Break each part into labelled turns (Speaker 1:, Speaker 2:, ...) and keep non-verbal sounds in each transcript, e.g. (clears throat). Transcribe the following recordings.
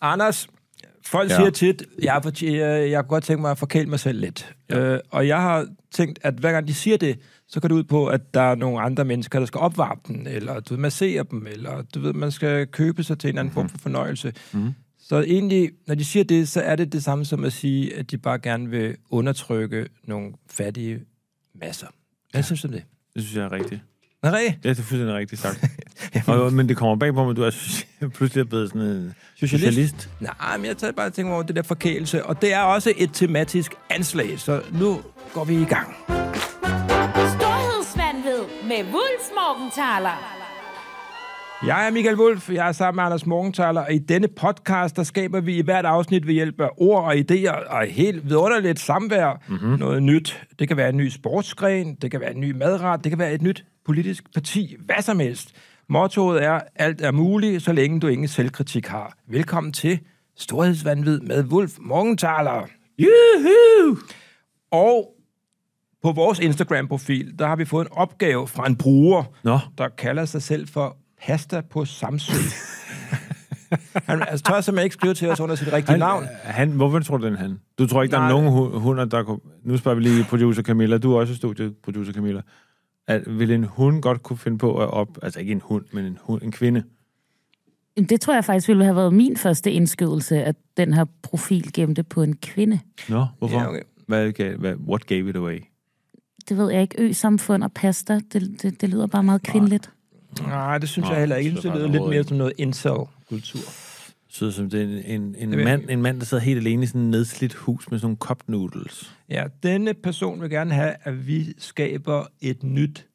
Speaker 1: Anders, folk
Speaker 2: Ja.
Speaker 1: ja. siger tit, jeg, er for- øh, jeg, jeg kunne godt tænke mig at forkæle mig selv lidt. Ja. Øh, og jeg har tænkt, at hver gang de siger det, så går det ud på, at der er nogle andre mennesker, der skal opvarme den, eller du ved, massere dem, eller du ved, man skal købe sig til en anden form for fornøjelse. Mm-hmm. Så egentlig, når de siger det, så er det det samme som at sige, at de bare gerne vil undertrykke nogle fattige masser. Hvad synes du om det?
Speaker 2: Det synes jeg er rigtigt.
Speaker 1: Marie,
Speaker 2: Ja, det er fuldstændig rigtigt
Speaker 1: (laughs)
Speaker 2: sagt. og, men det kommer bag på mig, at du er soci- (laughs) pludselig er blevet sådan en
Speaker 1: Socialist.
Speaker 2: socialist.
Speaker 1: Nej, men jeg tager bare og tænker over det der forkælelse, og det er også et tematisk anslag, så nu går vi i gang.
Speaker 3: Storhedsvandved med Wulfs Morgenthaler.
Speaker 1: Jeg er Michael Wolf, jeg er sammen med Anders Morgenthaler, og i denne podcast, der skaber vi i hvert afsnit ved hjælp af ord og idéer og helt vidunderligt samvær mm-hmm. noget nyt. Det kan være en ny sportsgren, det kan være en ny madret, det kan være et nyt politisk parti, hvad som helst. Mottoet er, alt er muligt, så længe du ingen selvkritik har. Velkommen til Storhedsvandvid med Wolf Morgenthaler. Juhu! Og på vores Instagram-profil, der har vi fået en opgave fra en bruger,
Speaker 2: Nå.
Speaker 1: der kalder sig selv for Pasta på Samsø. han altså, tør simpelthen ikke skrive til os under sit rigtige
Speaker 2: Han,
Speaker 1: navn.
Speaker 2: han, hvorfor tror du, den er han? Du tror ikke, der er
Speaker 1: Nej.
Speaker 2: nogen hu- hunder, der kunne... Nu spørger vi lige producer Camilla. Du er også i studiet, producer Camilla. At, vil en hund godt kunne finde på at op... Altså ikke en hund, men en, hund, en kvinde.
Speaker 4: Jamen, Det tror jeg faktisk ville have været min første indskydelse, at den her profil gemte på en kvinde.
Speaker 2: Nå, hvorfor?
Speaker 1: Ja, okay.
Speaker 2: hvad, gav, hvad, what gave it away?
Speaker 4: Det ved jeg ikke. Ø-samfund og pasta, det, det, det lyder bare meget kvindeligt.
Speaker 1: Nej, det synes
Speaker 2: Nå,
Speaker 1: jeg heller ikke. Jeg
Speaker 2: det
Speaker 1: synes, det
Speaker 2: er
Speaker 1: lyder lidt
Speaker 2: overhovedet
Speaker 1: mere
Speaker 2: ikke.
Speaker 1: som noget incel-kultur.
Speaker 2: Så som det er en, en, en,
Speaker 1: ved jeg
Speaker 2: mand, en mand, der sidder helt alene i sådan et nedslidt hus med sådan nogle cup noodles.
Speaker 1: Ja, denne person vil gerne have, at vi skaber et nyt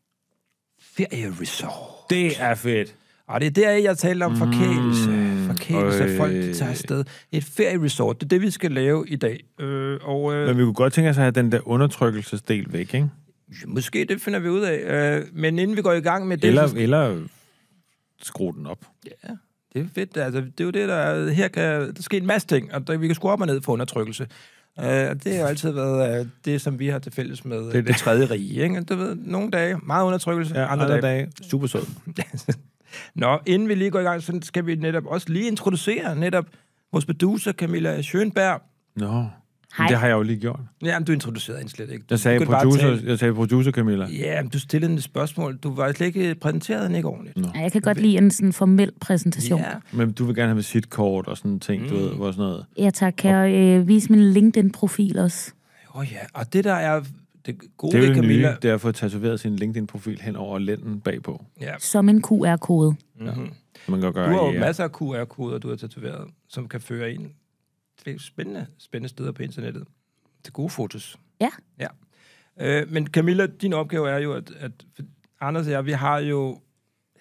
Speaker 1: ferieresort.
Speaker 2: Det er fedt.
Speaker 1: Og det er der, jeg taler om forkælelse.
Speaker 2: Mm,
Speaker 1: Forkælelse,
Speaker 2: øj.
Speaker 1: folk de tager afsted. Et ferieresort, det er det, vi skal lave i dag. Øh, og, øh,
Speaker 2: Men vi kunne godt tænke os at have den der undertrykkelsesdel væk, ikke?
Speaker 1: Måske det finder vi ud af. Øh, men inden vi går i gang med det...
Speaker 2: Eller,
Speaker 1: så-
Speaker 2: eller skrue den op.
Speaker 1: Ja, det er fedt. Altså, det er jo det, der er, Her kan der ske en masse ting, og der, vi kan skrue op og ned for undertrykkelse. Øh, og det har jo altid været øh, det, som vi har til fælles med det,
Speaker 2: det.
Speaker 1: det. det tredje rige. Ikke? Du ved, nogle dage meget undertrykkelse,
Speaker 2: Ja, andre, andre dage. Super sød.
Speaker 1: (laughs) Nå, inden vi lige går i gang, så skal vi netop også lige introducere netop vores producer, Camilla Schönberg.
Speaker 2: Nå,
Speaker 4: Hej.
Speaker 2: Hej. det har jeg jo lige gjort.
Speaker 1: Jamen, du introducerede hende slet ikke. Du
Speaker 2: Jeg sagde,
Speaker 1: begyndte bare at
Speaker 2: producer,
Speaker 1: tale.
Speaker 2: jeg sagde producer, Camilla.
Speaker 1: Ja, men du stillede en spørgsmål. Du var slet ikke præsenteret hende ikke ordentligt.
Speaker 4: Ja, Jeg kan godt lide en sådan formel præsentation.
Speaker 1: Ja.
Speaker 2: Men du vil gerne have visitkort og sådan ting, mm. du ved, hvor sådan noget.
Speaker 4: Ja tak. Kan jeg øh, vise min LinkedIn-profil også?
Speaker 1: Åh oh, ja, og det der er det gode
Speaker 2: Det er jo
Speaker 1: ved
Speaker 2: det
Speaker 1: Camilla...
Speaker 2: nye, det er at få tatoveret sin LinkedIn-profil hen over lænden bagpå.
Speaker 1: Ja.
Speaker 4: Som en QR-kode.
Speaker 2: Så man kan
Speaker 1: Du har jo
Speaker 2: gøre ja.
Speaker 1: masser af QR-koder, du har tatoveret, som kan føre en til spændende, spændende steder på internettet. Til gode fotos.
Speaker 4: Ja.
Speaker 1: Ja. Øh, men Camilla, din opgave er jo, at, at Anders og jeg, vi har jo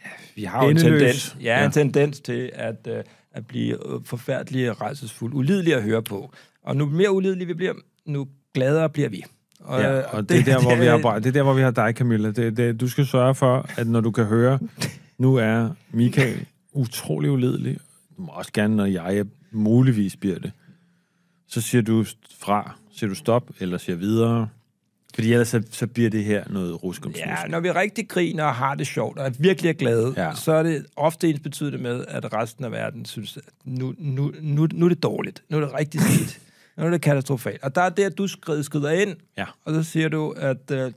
Speaker 1: ja, vi har jo en
Speaker 2: Endeløs.
Speaker 1: tendens, ja, ja.
Speaker 2: Ja.
Speaker 1: en tendens til at, øh, at blive øh, forfærdelige, rejsesfulde, ulidelige at høre på. Og nu mere ulidelige vi bliver, nu gladere bliver vi. Og, øh,
Speaker 2: Ja, og det, er
Speaker 1: (laughs)
Speaker 2: der, hvor vi har, bare- det er der, hvor vi har dig, Camilla. Det, det, du skal sørge for, at når du kan høre, nu er Michael utrolig uledelig. Du må også gerne, når jeg muligvis bliver det. Så siger du st- fra, siger du stop, eller siger videre. Fordi ellers så, så bliver det her noget rusk om
Speaker 1: Ja,
Speaker 2: ja.
Speaker 1: når vi rigtig griner og har det sjovt og er virkelig er glade,
Speaker 2: Ja.
Speaker 1: ja. så er det ofte ens betydende med, at resten af verden synes, at nu, nu, nu, nu er det dårligt. Nu er det
Speaker 2: (laughs)
Speaker 1: rigtig skidt. Nu er det katastrofalt. Og der er det, at du skrider, skrider ind,
Speaker 2: Ja.
Speaker 1: og så siger du, at øh,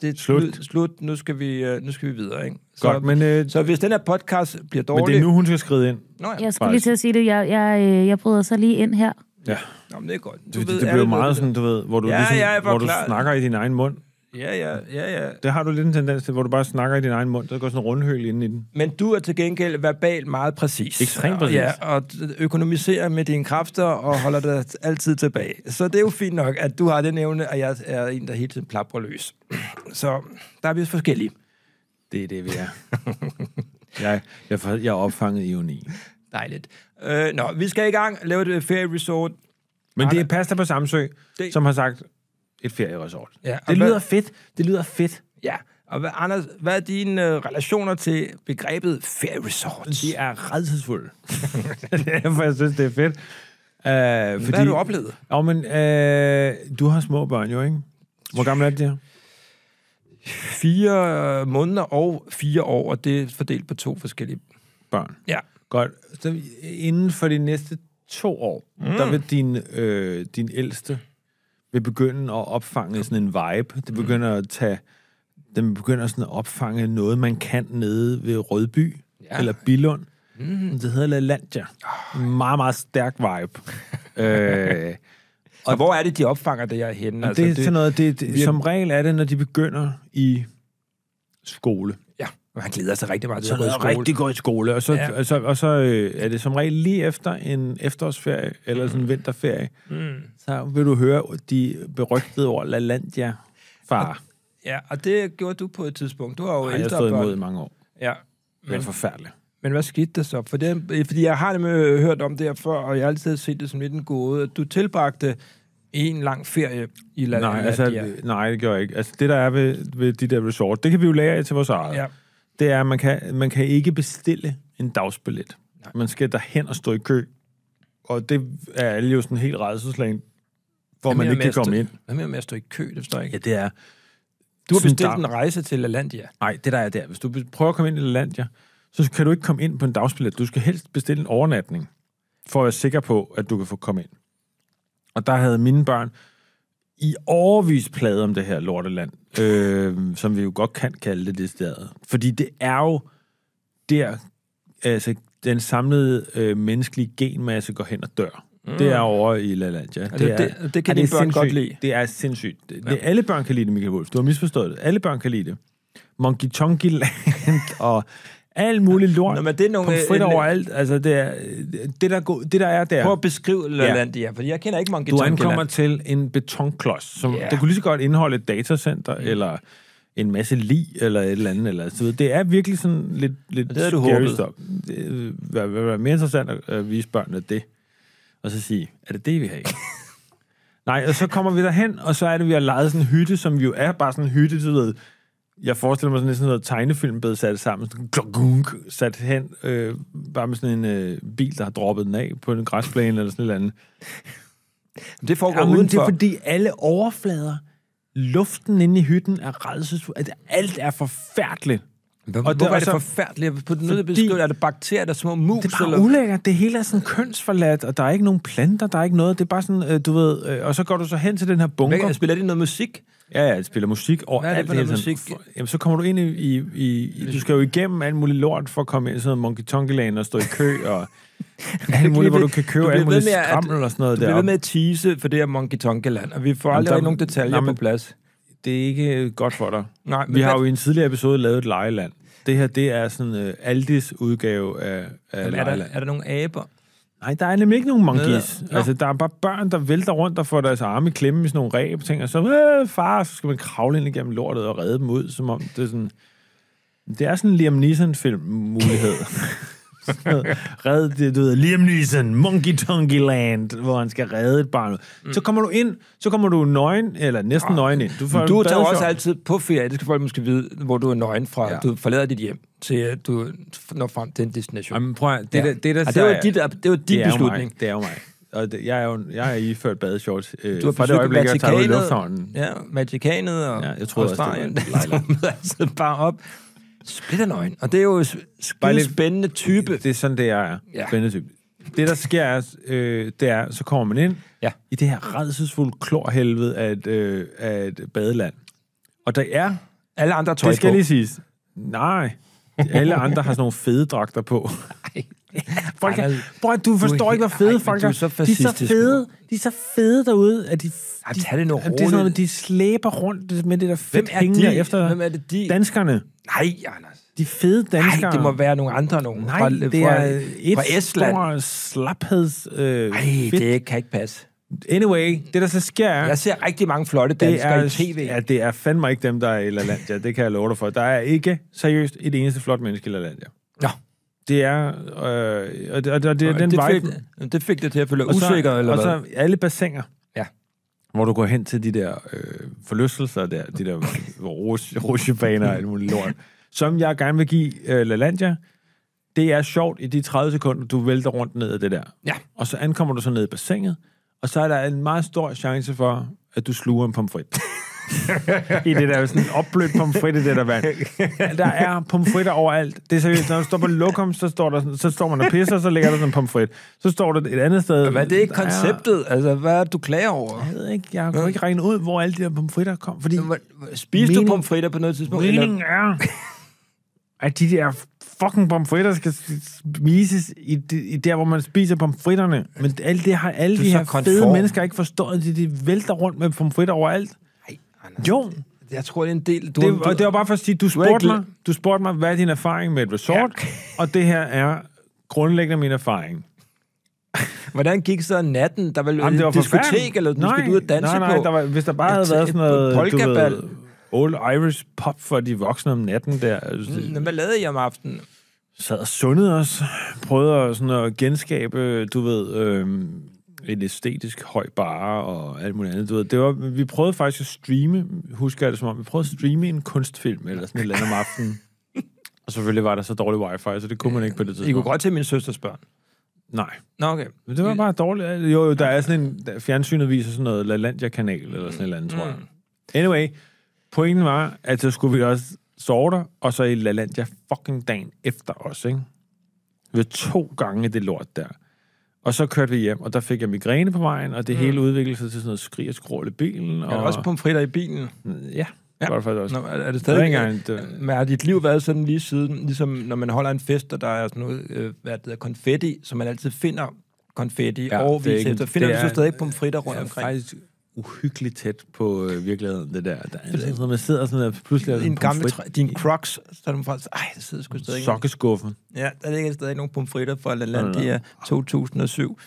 Speaker 1: det er
Speaker 2: Slut.
Speaker 1: Nu, slut, nu skal, vi, øh, nu skal vi videre. Ikke? Så,
Speaker 2: Godt, men, øh,
Speaker 1: så hvis den her podcast bliver
Speaker 2: men
Speaker 1: dårlig...
Speaker 2: det er nu, hun skal skride ind.
Speaker 1: Nå, ja.
Speaker 4: Jeg skulle lige
Speaker 2: Faktisk.
Speaker 4: til at sige det. Jeg, jeg, øh, jeg bryder så lige ind her.
Speaker 2: Ja.
Speaker 1: Nå, men det er godt.
Speaker 2: Du, det,
Speaker 1: ved
Speaker 2: det bliver
Speaker 1: alle
Speaker 2: jo
Speaker 1: ved
Speaker 2: meget
Speaker 1: det.
Speaker 2: sådan, du ved, hvor du,
Speaker 1: Ja,
Speaker 2: ligesom,
Speaker 1: ja, jeg var
Speaker 2: hvor du
Speaker 1: klar.
Speaker 2: snakker i din egen mund.
Speaker 1: Ja, ja, ja, ja.
Speaker 2: Det har du lidt en tendens til, hvor du bare snakker i din egen mund. Der går sådan en rundhøl ind i den.
Speaker 1: Men du er til gengæld verbal meget præcis.
Speaker 2: Ekstremt præcis.
Speaker 1: Ja, og økonomiserer med dine kræfter og holder dig altid tilbage. Så det er jo fint nok, at du har den evne, og jeg er en, der hele tiden plapper løs. Så der er vi forskellige.
Speaker 2: Det er det, vi er. (laughs) jeg, jeg, for- jeg er opfanget i ironi.
Speaker 1: Dejligt. Øh, nå, vi skal i gang. Lave et øh, ferieresort.
Speaker 2: Men det er Pasta på Samsø,
Speaker 1: Det-
Speaker 2: som har sagt et ferieresort.
Speaker 1: Ja, og
Speaker 2: det lyder
Speaker 1: hvad-
Speaker 2: fedt. Det lyder fedt.
Speaker 1: Ja. Og hvad, Anders, hvad er dine øh, relationer til begrebet ferieresort?
Speaker 2: De er (laughs) redselsfulde. det er derfor, jeg synes, det er fedt. Uh,
Speaker 1: Hvad har du oplevet?
Speaker 2: Oh, men, uh, du har små børn jo, ikke? Hvor gammel er de?
Speaker 1: Fire øh, måneder og fire år, og det er fordelt på to forskellige...
Speaker 2: Børn.
Speaker 1: Ja.
Speaker 2: Godt. Så inden for de næste to år, mm. der vil din, øh, din ældste vil begynde at opfange sådan en vibe. Det begynder at tage, den begynder sådan at opfange noget, man kan nede ved Rødby ja. eller Billund. Mm. Det hedder LaLandia. Oh. Meget, meget stærk (laughs) vibe. øh,
Speaker 1: Og hvor er det, de opfanger det her henne?
Speaker 2: Altså, det er sådan noget, det, det, som regel er det, når de begynder i skole.
Speaker 1: Ja, og han glæder sig rigtig meget til
Speaker 2: Så
Speaker 1: at gå i
Speaker 2: noget
Speaker 1: skole.
Speaker 2: rigtig godt i skole, og så,
Speaker 1: Ja.
Speaker 2: ja. og så, og så øh, er det som regel lige efter en efterårsferie, eller sådan en vinterferie, mm. så vil du høre de berygtede ord, LaLandia, far,
Speaker 1: Ja, og det gjorde du på et tidspunkt. Du har jo
Speaker 2: har jeg
Speaker 1: ældre
Speaker 2: stået
Speaker 1: børn. Mm.
Speaker 2: imod i mange år.
Speaker 1: Ja.
Speaker 2: Det er forfærdeligt.
Speaker 1: Men hvad skete der så? For det, øh, fordi jeg har nemlig hørt om det her før, og jeg har altid set det som lidt en gåde. Du tilbragte en lang ferie i La
Speaker 2: Nej, altså,
Speaker 1: Lalandia.
Speaker 2: nej, det gør jeg ikke. Altså, det, der er ved, ved de der resort, det kan vi jo lære af til vores eget.
Speaker 1: Ja.
Speaker 2: Det er, at man kan, man kan ikke bestille en dagsbillet. Nej. Man skal derhen og stå i kø. Og det er alle jo sådan helt redselslagen, hvor man ikke kan komme ind.
Speaker 1: Hvad mener du med at stå i kø? Det forstår jeg ikke.
Speaker 2: Ja, det er...
Speaker 1: Du har
Speaker 2: sådan
Speaker 1: bestilt
Speaker 2: dag-
Speaker 1: en rejse til Lalandia.
Speaker 2: Nej, det der er der. Hvis du be- prøver at komme ind i Lalandia, så kan du ikke komme ind på en dagsbillet. Du skal helst bestille en overnatning, for at være sikker på, at du kan få komme ind. Og der havde mine børn i overvis pladet om det her lorteland, øh, som vi jo godt kan kalde det det sted. Fordi det er jo der, altså den samlede øh, menneskelige genmasse går hen og dør. Mm. Det er over i LaLandia.
Speaker 1: det- det kan dine
Speaker 2: er
Speaker 1: børn godt
Speaker 2: sindssygt.
Speaker 1: lide.
Speaker 2: Det er sindssygt. Det, ja. det, alle børn kan lide det, Michael Wolf. Du har misforstået det. Alle børn kan lide det. Monkey Tonky Land (laughs) og alt muligt lort.
Speaker 1: Nå, men det er nogle- øh,
Speaker 2: Pomfrit
Speaker 1: en-
Speaker 2: overalt. Altså, det, er, det, der, er go- det der er der.
Speaker 1: Prøv at beskrive Lalandia, fordi jeg kender ikke Monkey
Speaker 2: Du
Speaker 1: Tonky
Speaker 2: ankommer
Speaker 1: Land.
Speaker 2: til en betonklods, som
Speaker 1: Ja.
Speaker 2: yeah. det kunne lige så godt indeholde et datacenter, mm. eller en masse lig, eller et eller andet. Eller så videre. Det er virkelig sådan lidt, lidt
Speaker 1: Det havde du
Speaker 2: scary
Speaker 1: håbet.
Speaker 2: stuff. Det vil være mere interessant at, at vise børnene det, og så sige, er det det, vi
Speaker 1: (laughs)
Speaker 2: har i? Nej, og så kommer vi derhen, og så er det, vi har lejet sådan en hytte, som jo er bare sådan en hytte, du ved, jeg forestiller mig sådan lidt sådan noget tegnefilm blevet sat sammen, sådan gluk, gluk, sat hen, øh, bare med sådan en øh, bil, der har droppet den af på en græsplæne eller sådan et eller andet.
Speaker 1: Det foregår
Speaker 2: Ja, men det
Speaker 1: udenfor.
Speaker 2: er fordi alle overflader, luften inde i hytten er redselsfuld. Altså, Alt er forfærdeligt.
Speaker 1: Hvor,
Speaker 2: og det-
Speaker 1: og hvorfor er
Speaker 2: og
Speaker 1: det
Speaker 2: så-
Speaker 1: forfærdeligt? På den nødvendige
Speaker 2: Fordi-
Speaker 1: beskrive, er det bakterier, der er små mus?
Speaker 2: Det er bare
Speaker 1: eller?
Speaker 2: ulækkert. Det hele er sådan kønsforladt, og der er ikke nogen planter, der er ikke noget. Det er bare sådan, øh, du ved... Øh, og så går du så hen til den her bunker.
Speaker 1: Hvad, spiller de noget musik?
Speaker 2: Ja, ja, det spiller musik og
Speaker 1: Hvad er det
Speaker 2: alt
Speaker 1: for noget
Speaker 2: hele tiden.
Speaker 1: musik?
Speaker 2: For- Jamen, så kommer du ind i, i, i, i... Du skal jo igennem alt muligt lort for at komme ind i sådan noget monkey tonky land og stå i
Speaker 1: (laughs)
Speaker 2: kø og... alt muligt, hvor du kan købe alt muligt skrammel og sådan noget
Speaker 1: der. Du bliver ved
Speaker 2: deroppe.
Speaker 1: med at tease for det her Monkey Tonky Land, og vi får
Speaker 2: Jamen,
Speaker 1: aldrig
Speaker 2: der-
Speaker 1: rigtig nogen detaljer
Speaker 2: Nå, men-
Speaker 1: på plads.
Speaker 2: det er ikke godt for dig.
Speaker 1: Nej, men
Speaker 2: vi har
Speaker 1: hvad-
Speaker 2: jo i en tidligere episode lavet et lejeland. Det her, det er sådan uh, Aldis udgave af, af
Speaker 1: Jamen, er, der,
Speaker 2: lejeland.
Speaker 1: er der nogle aber?
Speaker 2: Nej, der er nemlig ikke nogen monkeys.
Speaker 1: Nå, nå.
Speaker 2: Altså, der er bare børn, der vælter rundt og får deres arme i klemme i sådan nogle ræb ting, og så, øh, far, så skal man kravle ind igennem lortet og redde dem ud, som om det er sådan... Det er sådan en Liam
Speaker 1: (laughs)
Speaker 2: Neeson-film-mulighed. Sådan noget, Red det, du ved, Liam Neeson, Monkey Tonky Land, hvor han skal redde et barn. ud.
Speaker 1: Mm.
Speaker 2: Så kommer du ind, så kommer du nøgen, eller næsten nøgen ind. Du, får
Speaker 1: Ah. Du
Speaker 2: en
Speaker 1: tager jo også
Speaker 2: badeshorts.
Speaker 1: altid på ferie, det skal folk måske vide, hvor du er nøgen fra. Ja.
Speaker 2: Ja.
Speaker 1: Du forlader dit hjem, til at du når frem til en destination.
Speaker 2: Jamen, prøv at, det,
Speaker 1: Ja.
Speaker 2: der, det, der,
Speaker 1: Ah, det
Speaker 2: sidder
Speaker 1: var
Speaker 2: jeg-
Speaker 1: dit- det var din
Speaker 2: er jo
Speaker 1: beslutning.
Speaker 2: Mig, det er jo mig. Og det, jeg, er jo, jeg er iført badeshorts øh,
Speaker 1: du har
Speaker 2: fra det
Speaker 1: besøgt
Speaker 2: øjeblik, jeg tager ud i
Speaker 1: Vatikanet,
Speaker 2: lufthavnen.
Speaker 1: Ja, Vatikanet og
Speaker 2: Ja, jeg troede også, det var
Speaker 1: Australien. (laughs)
Speaker 2: en lejland.
Speaker 1: Det altså bare op. Splitter nøgen. Og det er jo
Speaker 2: Bare
Speaker 1: skide
Speaker 2: lidt-
Speaker 1: spændende type.
Speaker 2: Det er sådan, det jeg er.
Speaker 1: Ja.
Speaker 2: Ja. Spændende type. Det, der sker, er, øh, det er, så kommer man ind
Speaker 1: Ja.
Speaker 2: i det her redselsfulde klorhelvede af et, øh, af et badeland. Og der er,
Speaker 1: Alle andre har tøj
Speaker 2: det skal
Speaker 1: på.
Speaker 2: lige siges, nej, alle andre har sådan nogle fede dragter på. Folk
Speaker 1: Ej,
Speaker 2: er,
Speaker 1: der-
Speaker 2: bror, du forstår
Speaker 1: helt-
Speaker 2: ikke, hvor fede
Speaker 1: ej, men
Speaker 2: folk
Speaker 1: du
Speaker 2: er.
Speaker 1: er så
Speaker 2: de er så
Speaker 1: fascistisk,
Speaker 2: fede, de er så fede derude, at de,
Speaker 1: Ej,
Speaker 2: de,
Speaker 1: tag det nu
Speaker 2: Jamen, det er sådan noget,
Speaker 1: roligt.
Speaker 2: med, de slæber rundt med det der
Speaker 1: Hvem
Speaker 2: fedt
Speaker 1: er
Speaker 2: hængende
Speaker 1: de?
Speaker 2: efter.
Speaker 1: Hvem er det, de-
Speaker 2: Danskerne.
Speaker 1: Nej, Anders.
Speaker 2: De fede danskere.
Speaker 1: Nej, det må være nogle andre nogen.
Speaker 2: Nej,
Speaker 1: fra,
Speaker 2: det
Speaker 1: fra,
Speaker 2: er et
Speaker 1: fra Estland.
Speaker 2: stor slapheds... Øh,
Speaker 1: Nej,
Speaker 2: fedt.
Speaker 1: det kan ikke passe.
Speaker 2: Anyway, det der så sker er...
Speaker 1: Jeg ser rigtig mange flotte
Speaker 2: det
Speaker 1: danskere
Speaker 2: er,
Speaker 1: i tv.
Speaker 2: ja, det er fandme ikke dem, der er i LaLandia. Det kan jeg love dig for. Der er ikke seriøst et eneste flot menneske i LaLandia.
Speaker 1: Nå,
Speaker 2: Det er... Øh, og det, og det, og det er den
Speaker 1: det,
Speaker 2: vibe...
Speaker 1: fik, det fik det til at føle
Speaker 2: Og så-
Speaker 1: usikker, eller
Speaker 2: og
Speaker 1: hvad?
Speaker 2: så alle bassiner.
Speaker 1: Ja.
Speaker 2: Hvor du går hen til de der øh, forlystelser der, de der rusjebaner og alt muligt
Speaker 1: (laughs)
Speaker 2: lort, som jeg gerne vil give øh, LaLandia. Det er sjovt i de 30 sekunder, du vælter rundt ned af det der.
Speaker 1: Ja.
Speaker 2: Og så ankommer du så ned i bassinet, og så er der en meget stor chance for, at du sluger en pomfrit. (laughs) i det der sådan opblødt pomfrit i det der vand. Der er pomfritter overalt. Det er seriøst. Når du står på lokum, så står, der, sådan- så står man og pisser, så ligger der sådan en pomfrit. Så står der et andet sted.
Speaker 1: Hvad er det ikke
Speaker 2: Der
Speaker 1: konceptet? Altså, hvad er det, du klager over?
Speaker 2: Jeg ved ikke, jeg kunne ikke regne ud, hvor alle de der pomfritter kom, fordi
Speaker 1: Spiste du
Speaker 2: Mening-
Speaker 1: pomfritter på noget tidspunkt?
Speaker 2: meningen er, at de der fucking pomfritter skal spises i, de, i der, hvor man spiser pomfritterne. Men alt det har alle
Speaker 1: Du er
Speaker 2: de
Speaker 1: så
Speaker 2: her fede
Speaker 1: konform.
Speaker 2: mennesker ikke forstået, de, de vælter rundt med pomfritter overalt.
Speaker 1: Nej, Anders.
Speaker 2: Jo,
Speaker 1: Jeg tror, det er en del... Du,
Speaker 2: det, og det var bare for at sige, du
Speaker 1: har
Speaker 2: spurgte,
Speaker 1: ikke
Speaker 2: mig, du spurgte mig, hvad er din erfaring med et resort, ja. og det her er grundlæggende min erfaring.
Speaker 1: Øh, Hvordan gik så natten? Der var
Speaker 2: Jamen,
Speaker 1: Jamen, et diskotek,
Speaker 2: forfærdeligt.
Speaker 1: eller nu
Speaker 2: nej,
Speaker 1: skal du ud og danse
Speaker 2: nej, nej,
Speaker 1: på?
Speaker 2: Der var, hvis der bare
Speaker 1: Et-
Speaker 2: havde været
Speaker 1: et
Speaker 2: sådan noget,
Speaker 1: polkabal.
Speaker 2: du ved, old Irish pop for de voksne om natten der. Mm.
Speaker 1: Nå, Hvad lavede I om aftenen?
Speaker 2: Sad og sundede os, prøvede at, sådan at genskabe, du ved, øhm, en æstetisk høj bare og alt muligt andet. Du ved, det var, vi prøvede faktisk at streame, husker jeg det som om, vi prøvede at streame en kunstfilm eller sådan et eller andet om
Speaker 1: (laughs)
Speaker 2: aftenen. Og selvfølgelig var der så dårlig wifi, så det kunne man ikke på det tidspunkt.
Speaker 1: I kunne godt til min søsters børn.
Speaker 2: Nej.
Speaker 1: Nå, okay.
Speaker 2: Men det var bare dårligt. Jo, jo, der er sådan en... der- Fjernsynet viser sådan noget LaLandia-kanal eller sådan et eller andet, tror jeg.
Speaker 1: Mm.
Speaker 2: Anyway, pointen var, at så skulle vi også sove der, og så i LaLandia fucking dagen efter os, ikke? Vi var to gange i det lort der. Og så kørte vi hjem, og der fik jeg migræne på vejen, og det mm. hele udviklede sig til sådan noget skrig og skrål i bilen. Og...
Speaker 1: Er der også pomfritter i bilen?
Speaker 2: Ja, ja. Var det faktisk også.
Speaker 1: Nå, er, er det
Speaker 2: Det var
Speaker 1: stadig...
Speaker 2: ikke engang et, øh,
Speaker 1: Men har dit liv været sådan lige siden, ligesom når man holder en fest, og der er sådan noget, øh, hvad det hedder, konfetti, som man altid finder konfetti
Speaker 2: Ja,
Speaker 1: ja,
Speaker 2: det er
Speaker 1: overvis
Speaker 2: ikke-
Speaker 1: efter. Finder
Speaker 2: det
Speaker 1: du så
Speaker 2: er-
Speaker 1: stadig pomfritter rundt
Speaker 2: er
Speaker 1: omkring?
Speaker 2: faktisk uhyggeligt tæt på øh, virkeligheden, det der. Der er sådan noget, man sidder sådan der, pludselig... er der
Speaker 1: din
Speaker 2: sådan
Speaker 1: gamle,
Speaker 2: pomfrit
Speaker 1: træ, din crocs, så er der folk, ej, der sidder sgu stadig Sok.
Speaker 2: Sokkeskuffen.
Speaker 1: Ja, der ligger stadig nogle pomfritter fra
Speaker 2: Nå,
Speaker 1: Lalandia 2007.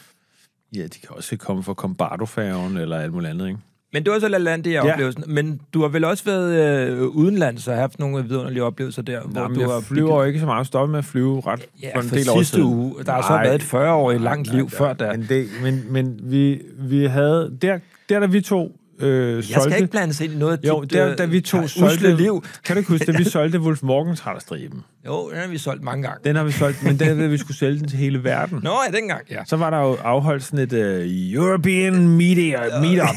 Speaker 2: Ja, de kan også komme fra Combardo-færgen eller alt muligt andet, ikke?
Speaker 1: Men det var så Lalandia-oplevelsen. Ja. Men du har vel også været øh, udenlands og haft nogle vidunderlige oplevelser der, hvor
Speaker 2: Nej, men
Speaker 1: du har
Speaker 2: jeg flyver jo ikke så meget. Stoppet med at flyve ret
Speaker 1: Ja, for sidste uge. Der har så været et 40-årigt langt liv før der.
Speaker 2: Men, det, men, men vi, vi havde... Der, der, da vi to øh, solgte...
Speaker 1: Jeg skal ikke blandes ind i noget af dit,
Speaker 2: Jo, der,
Speaker 1: øh,
Speaker 2: da vi to
Speaker 1: usle
Speaker 2: solgte...
Speaker 1: liv.
Speaker 2: Kan du ikke huske, da
Speaker 1: (laughs)
Speaker 2: vi solgte Wolf Morgenthaler-striben?
Speaker 1: Jo, den har vi solgt mange gange.
Speaker 2: Den har vi solgt, men den, da vi skulle sælge den til hele verden.
Speaker 1: Nå, ja, dengang. Ja.
Speaker 2: Så var der jo afholdt sådan et øh, European Media Meetup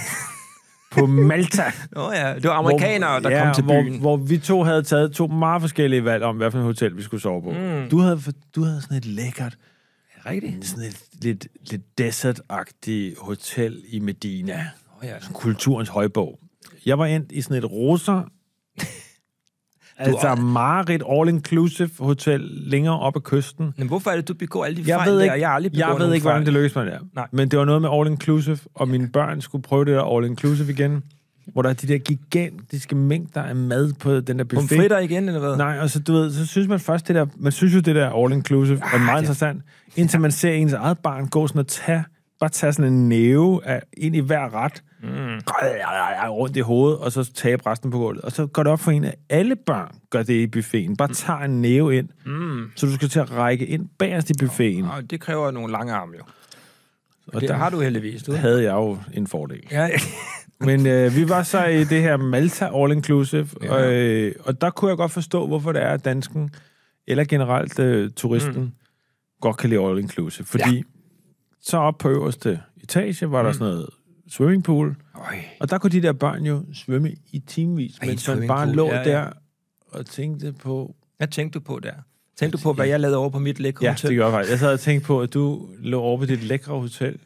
Speaker 2: på Malta.
Speaker 1: (laughs) Nå ja, det var amerikanere, der
Speaker 2: ja,
Speaker 1: kom til
Speaker 2: hvor,
Speaker 1: byen.
Speaker 2: Hvor vi to havde taget to meget forskellige valg om, hvad for et hotel vi skulle sove på. Mm. Du, havde, du havde sådan et lækkert, Mm.
Speaker 1: Rigtigt.
Speaker 2: sådan et lidt, lidt desert-agtigt hotel i Medina.
Speaker 1: Nå ja.
Speaker 2: Sådan Kulturens højborg. Jeg var endt i sådan et roser, (laughs) altså mareridt all-inclusive hotel længere op ad kysten.
Speaker 1: Men hvorfor er det, du begår alle de
Speaker 2: Jeg
Speaker 1: fejl
Speaker 2: ved
Speaker 1: der?
Speaker 2: ikke,
Speaker 1: Jeg har aldrig
Speaker 2: jeg
Speaker 1: begået
Speaker 2: ved
Speaker 1: nogen
Speaker 2: ikke hvordan
Speaker 1: fejl.
Speaker 2: det lykkedes mig der.
Speaker 1: Nej.
Speaker 2: Men det var noget med all-inclusive, og mine børn skulle prøve det der all-inclusive igen, hvor der er de der gigantiske mængder af mad på den der buffet.
Speaker 1: Pomfritter igen, eller hvad?
Speaker 2: Nej, og så, du ved, så synes man først det der, man synes jo det der all-inclusive
Speaker 1: Ah,
Speaker 2: er meget interessant, indtil man ser ens eget barn gå sådan og tage, bare tage sådan en næve af, ind i hver ret, mm. rundt i hovedet, og så tabe resten på gulvet. Og så går det op for en, at alle børn gør det i buffeten.
Speaker 1: Mm.
Speaker 2: Bare tager en næve ind, mm. så du skal til at række ind bagerst i buffeten.
Speaker 1: Nå, det kræver nogle lange arme, jo.
Speaker 2: og
Speaker 1: Og det
Speaker 2: der
Speaker 1: har du heldigvis, du.
Speaker 2: (laughs) havde jeg jo en fordel.
Speaker 1: Ja,
Speaker 2: Men øh, vi var så i det her Malta All Inclusive, ja. og, øh, og der kunne jeg godt forstå, hvorfor det er, at dansken, eller generelt øh, turisten, mm. godt kan lide All Inclusive. Fordi ja. Mm. så op på øverste etage var der sådan noget swimmingpool,
Speaker 1: Øj.
Speaker 2: og der kunne de der børn jo svømme i timevis,
Speaker 1: Ej,
Speaker 2: mens man
Speaker 1: swimmingpool,
Speaker 2: bare lå
Speaker 1: ja, ja.
Speaker 2: der og tænkte på...
Speaker 1: Hvad tænkte du på der? Tænkte du på, hvad jeg lavede over på mit lækre
Speaker 2: Ja,
Speaker 1: hotel?
Speaker 2: det gjorde jeg faktisk. Jeg sad og tænkte på, at du lå over på dit lækre hotel,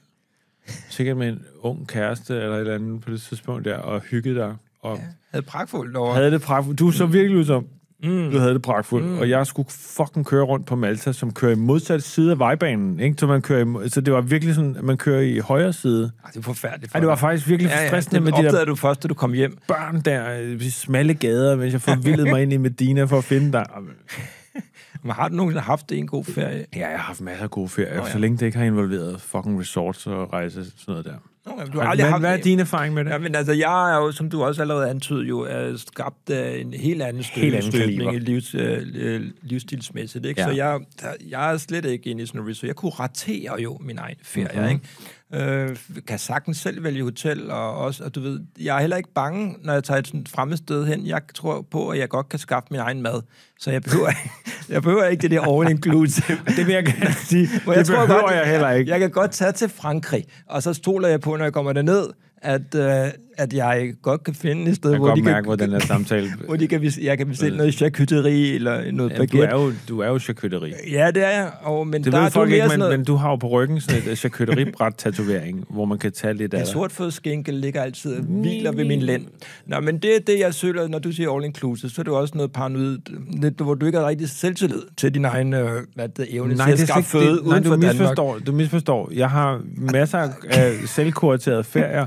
Speaker 2: sikkert med en ung kæreste eller et eller andet på det tidspunkt der, og hyggede dig. Og ja.
Speaker 1: havde pragtfuldt over.
Speaker 2: havde det pragtfuldt. Du så virkelig ud som, mm. du havde det pragtfuldt. Mm. Og jeg skulle fucking køre rundt på Malta, som kører i modsat side af vejbanen. Ikke? Så, man kører i, mo- så det var virkelig sådan, at man kører i højre side.
Speaker 1: Ej, det var forfærdeligt for
Speaker 2: Ej, det var
Speaker 1: dig.
Speaker 2: faktisk virkelig
Speaker 1: ja,
Speaker 2: stressende
Speaker 1: ja,
Speaker 2: med
Speaker 1: det
Speaker 2: de der
Speaker 1: opdagede du først, da du kom hjem.
Speaker 2: børn der, øh, de smalle gader, mens jeg forvildede mig ind i Medina for at finde dig. Og-
Speaker 1: Men har du nogensinde haft en god ferie?
Speaker 2: Ja, jeg har haft masser af gode ferier,
Speaker 1: Nå, ja.
Speaker 2: så længe det ikke har involveret fucking resorts og rejse sådan noget der.
Speaker 1: Nå, jamen, du har aldrig
Speaker 2: Men,
Speaker 1: haft
Speaker 2: hvad er
Speaker 1: en.
Speaker 2: din erfaring med det?
Speaker 1: Ja, men altså, jeg er jo, som du også allerede antydede, jo er skabt af en helt anden
Speaker 2: Helt anden kaliber.
Speaker 1: støbning i livs, øh, øh, livsstilsmæssigt. Ikke?
Speaker 2: Ja.
Speaker 1: Ja. Så jeg, der- jeg er slet ikke inde i sådan noget, så jeg kunne ratere jo min egen ferie. Ikke? Øh, kan sagtens selv vælge hotel, og, også, og du ved, jeg er heller ikke bange, når jeg tager et sådan fremmed sted hen. Jeg tror på, at jeg godt kan skaffe min egen mad, så jeg behøver, (laughs) jeg behøver ikke det der all-inclusive. (laughs)
Speaker 2: Det vil jeg gerne sige. det
Speaker 1: Hvor jeg tror
Speaker 2: behøver
Speaker 1: godt,
Speaker 2: jeg heller ikke.
Speaker 1: Jeg kan godt tage til Frankrig, og så stoler jeg på, når jeg kommer derned, at, øh, at jeg godt kan finde et sted,
Speaker 2: Jeg kan
Speaker 1: hvor de
Speaker 2: godt
Speaker 1: kan,
Speaker 2: mærke, hvor den her
Speaker 1: (laughs)
Speaker 2: samtale...
Speaker 1: hvor de kan, bes- jeg kan bestille noget charcuterie eller noget
Speaker 2: Jamen, du,
Speaker 1: baguette.
Speaker 2: er jo, du er jo charcuterie.
Speaker 1: Ja, det er jeg. Og, men
Speaker 2: Det
Speaker 1: der
Speaker 2: ved
Speaker 1: er du
Speaker 2: folk
Speaker 1: mere
Speaker 2: ikke,
Speaker 1: sådan
Speaker 2: men,
Speaker 1: noget,
Speaker 2: men du har jo på ryggen sådan et charcuteribræt-tatovering, hvor man kan tage lidt af
Speaker 1: En
Speaker 2: dig.
Speaker 1: sortfodskænke ligger altid og hviler ved min lænd. Nå, men det er det, jeg søger, når du siger all inclusive, så er det jo også noget paranoid, lidt, hvor du ikke har rigtig selvtillid til din egen øh, hvad det, evne til at
Speaker 2: slet
Speaker 1: skaffe føde
Speaker 2: nej,
Speaker 1: uden
Speaker 2: du
Speaker 1: for Danmark.
Speaker 2: misforstår, du misforstår. Jeg har masser af selvkuraterede ferier,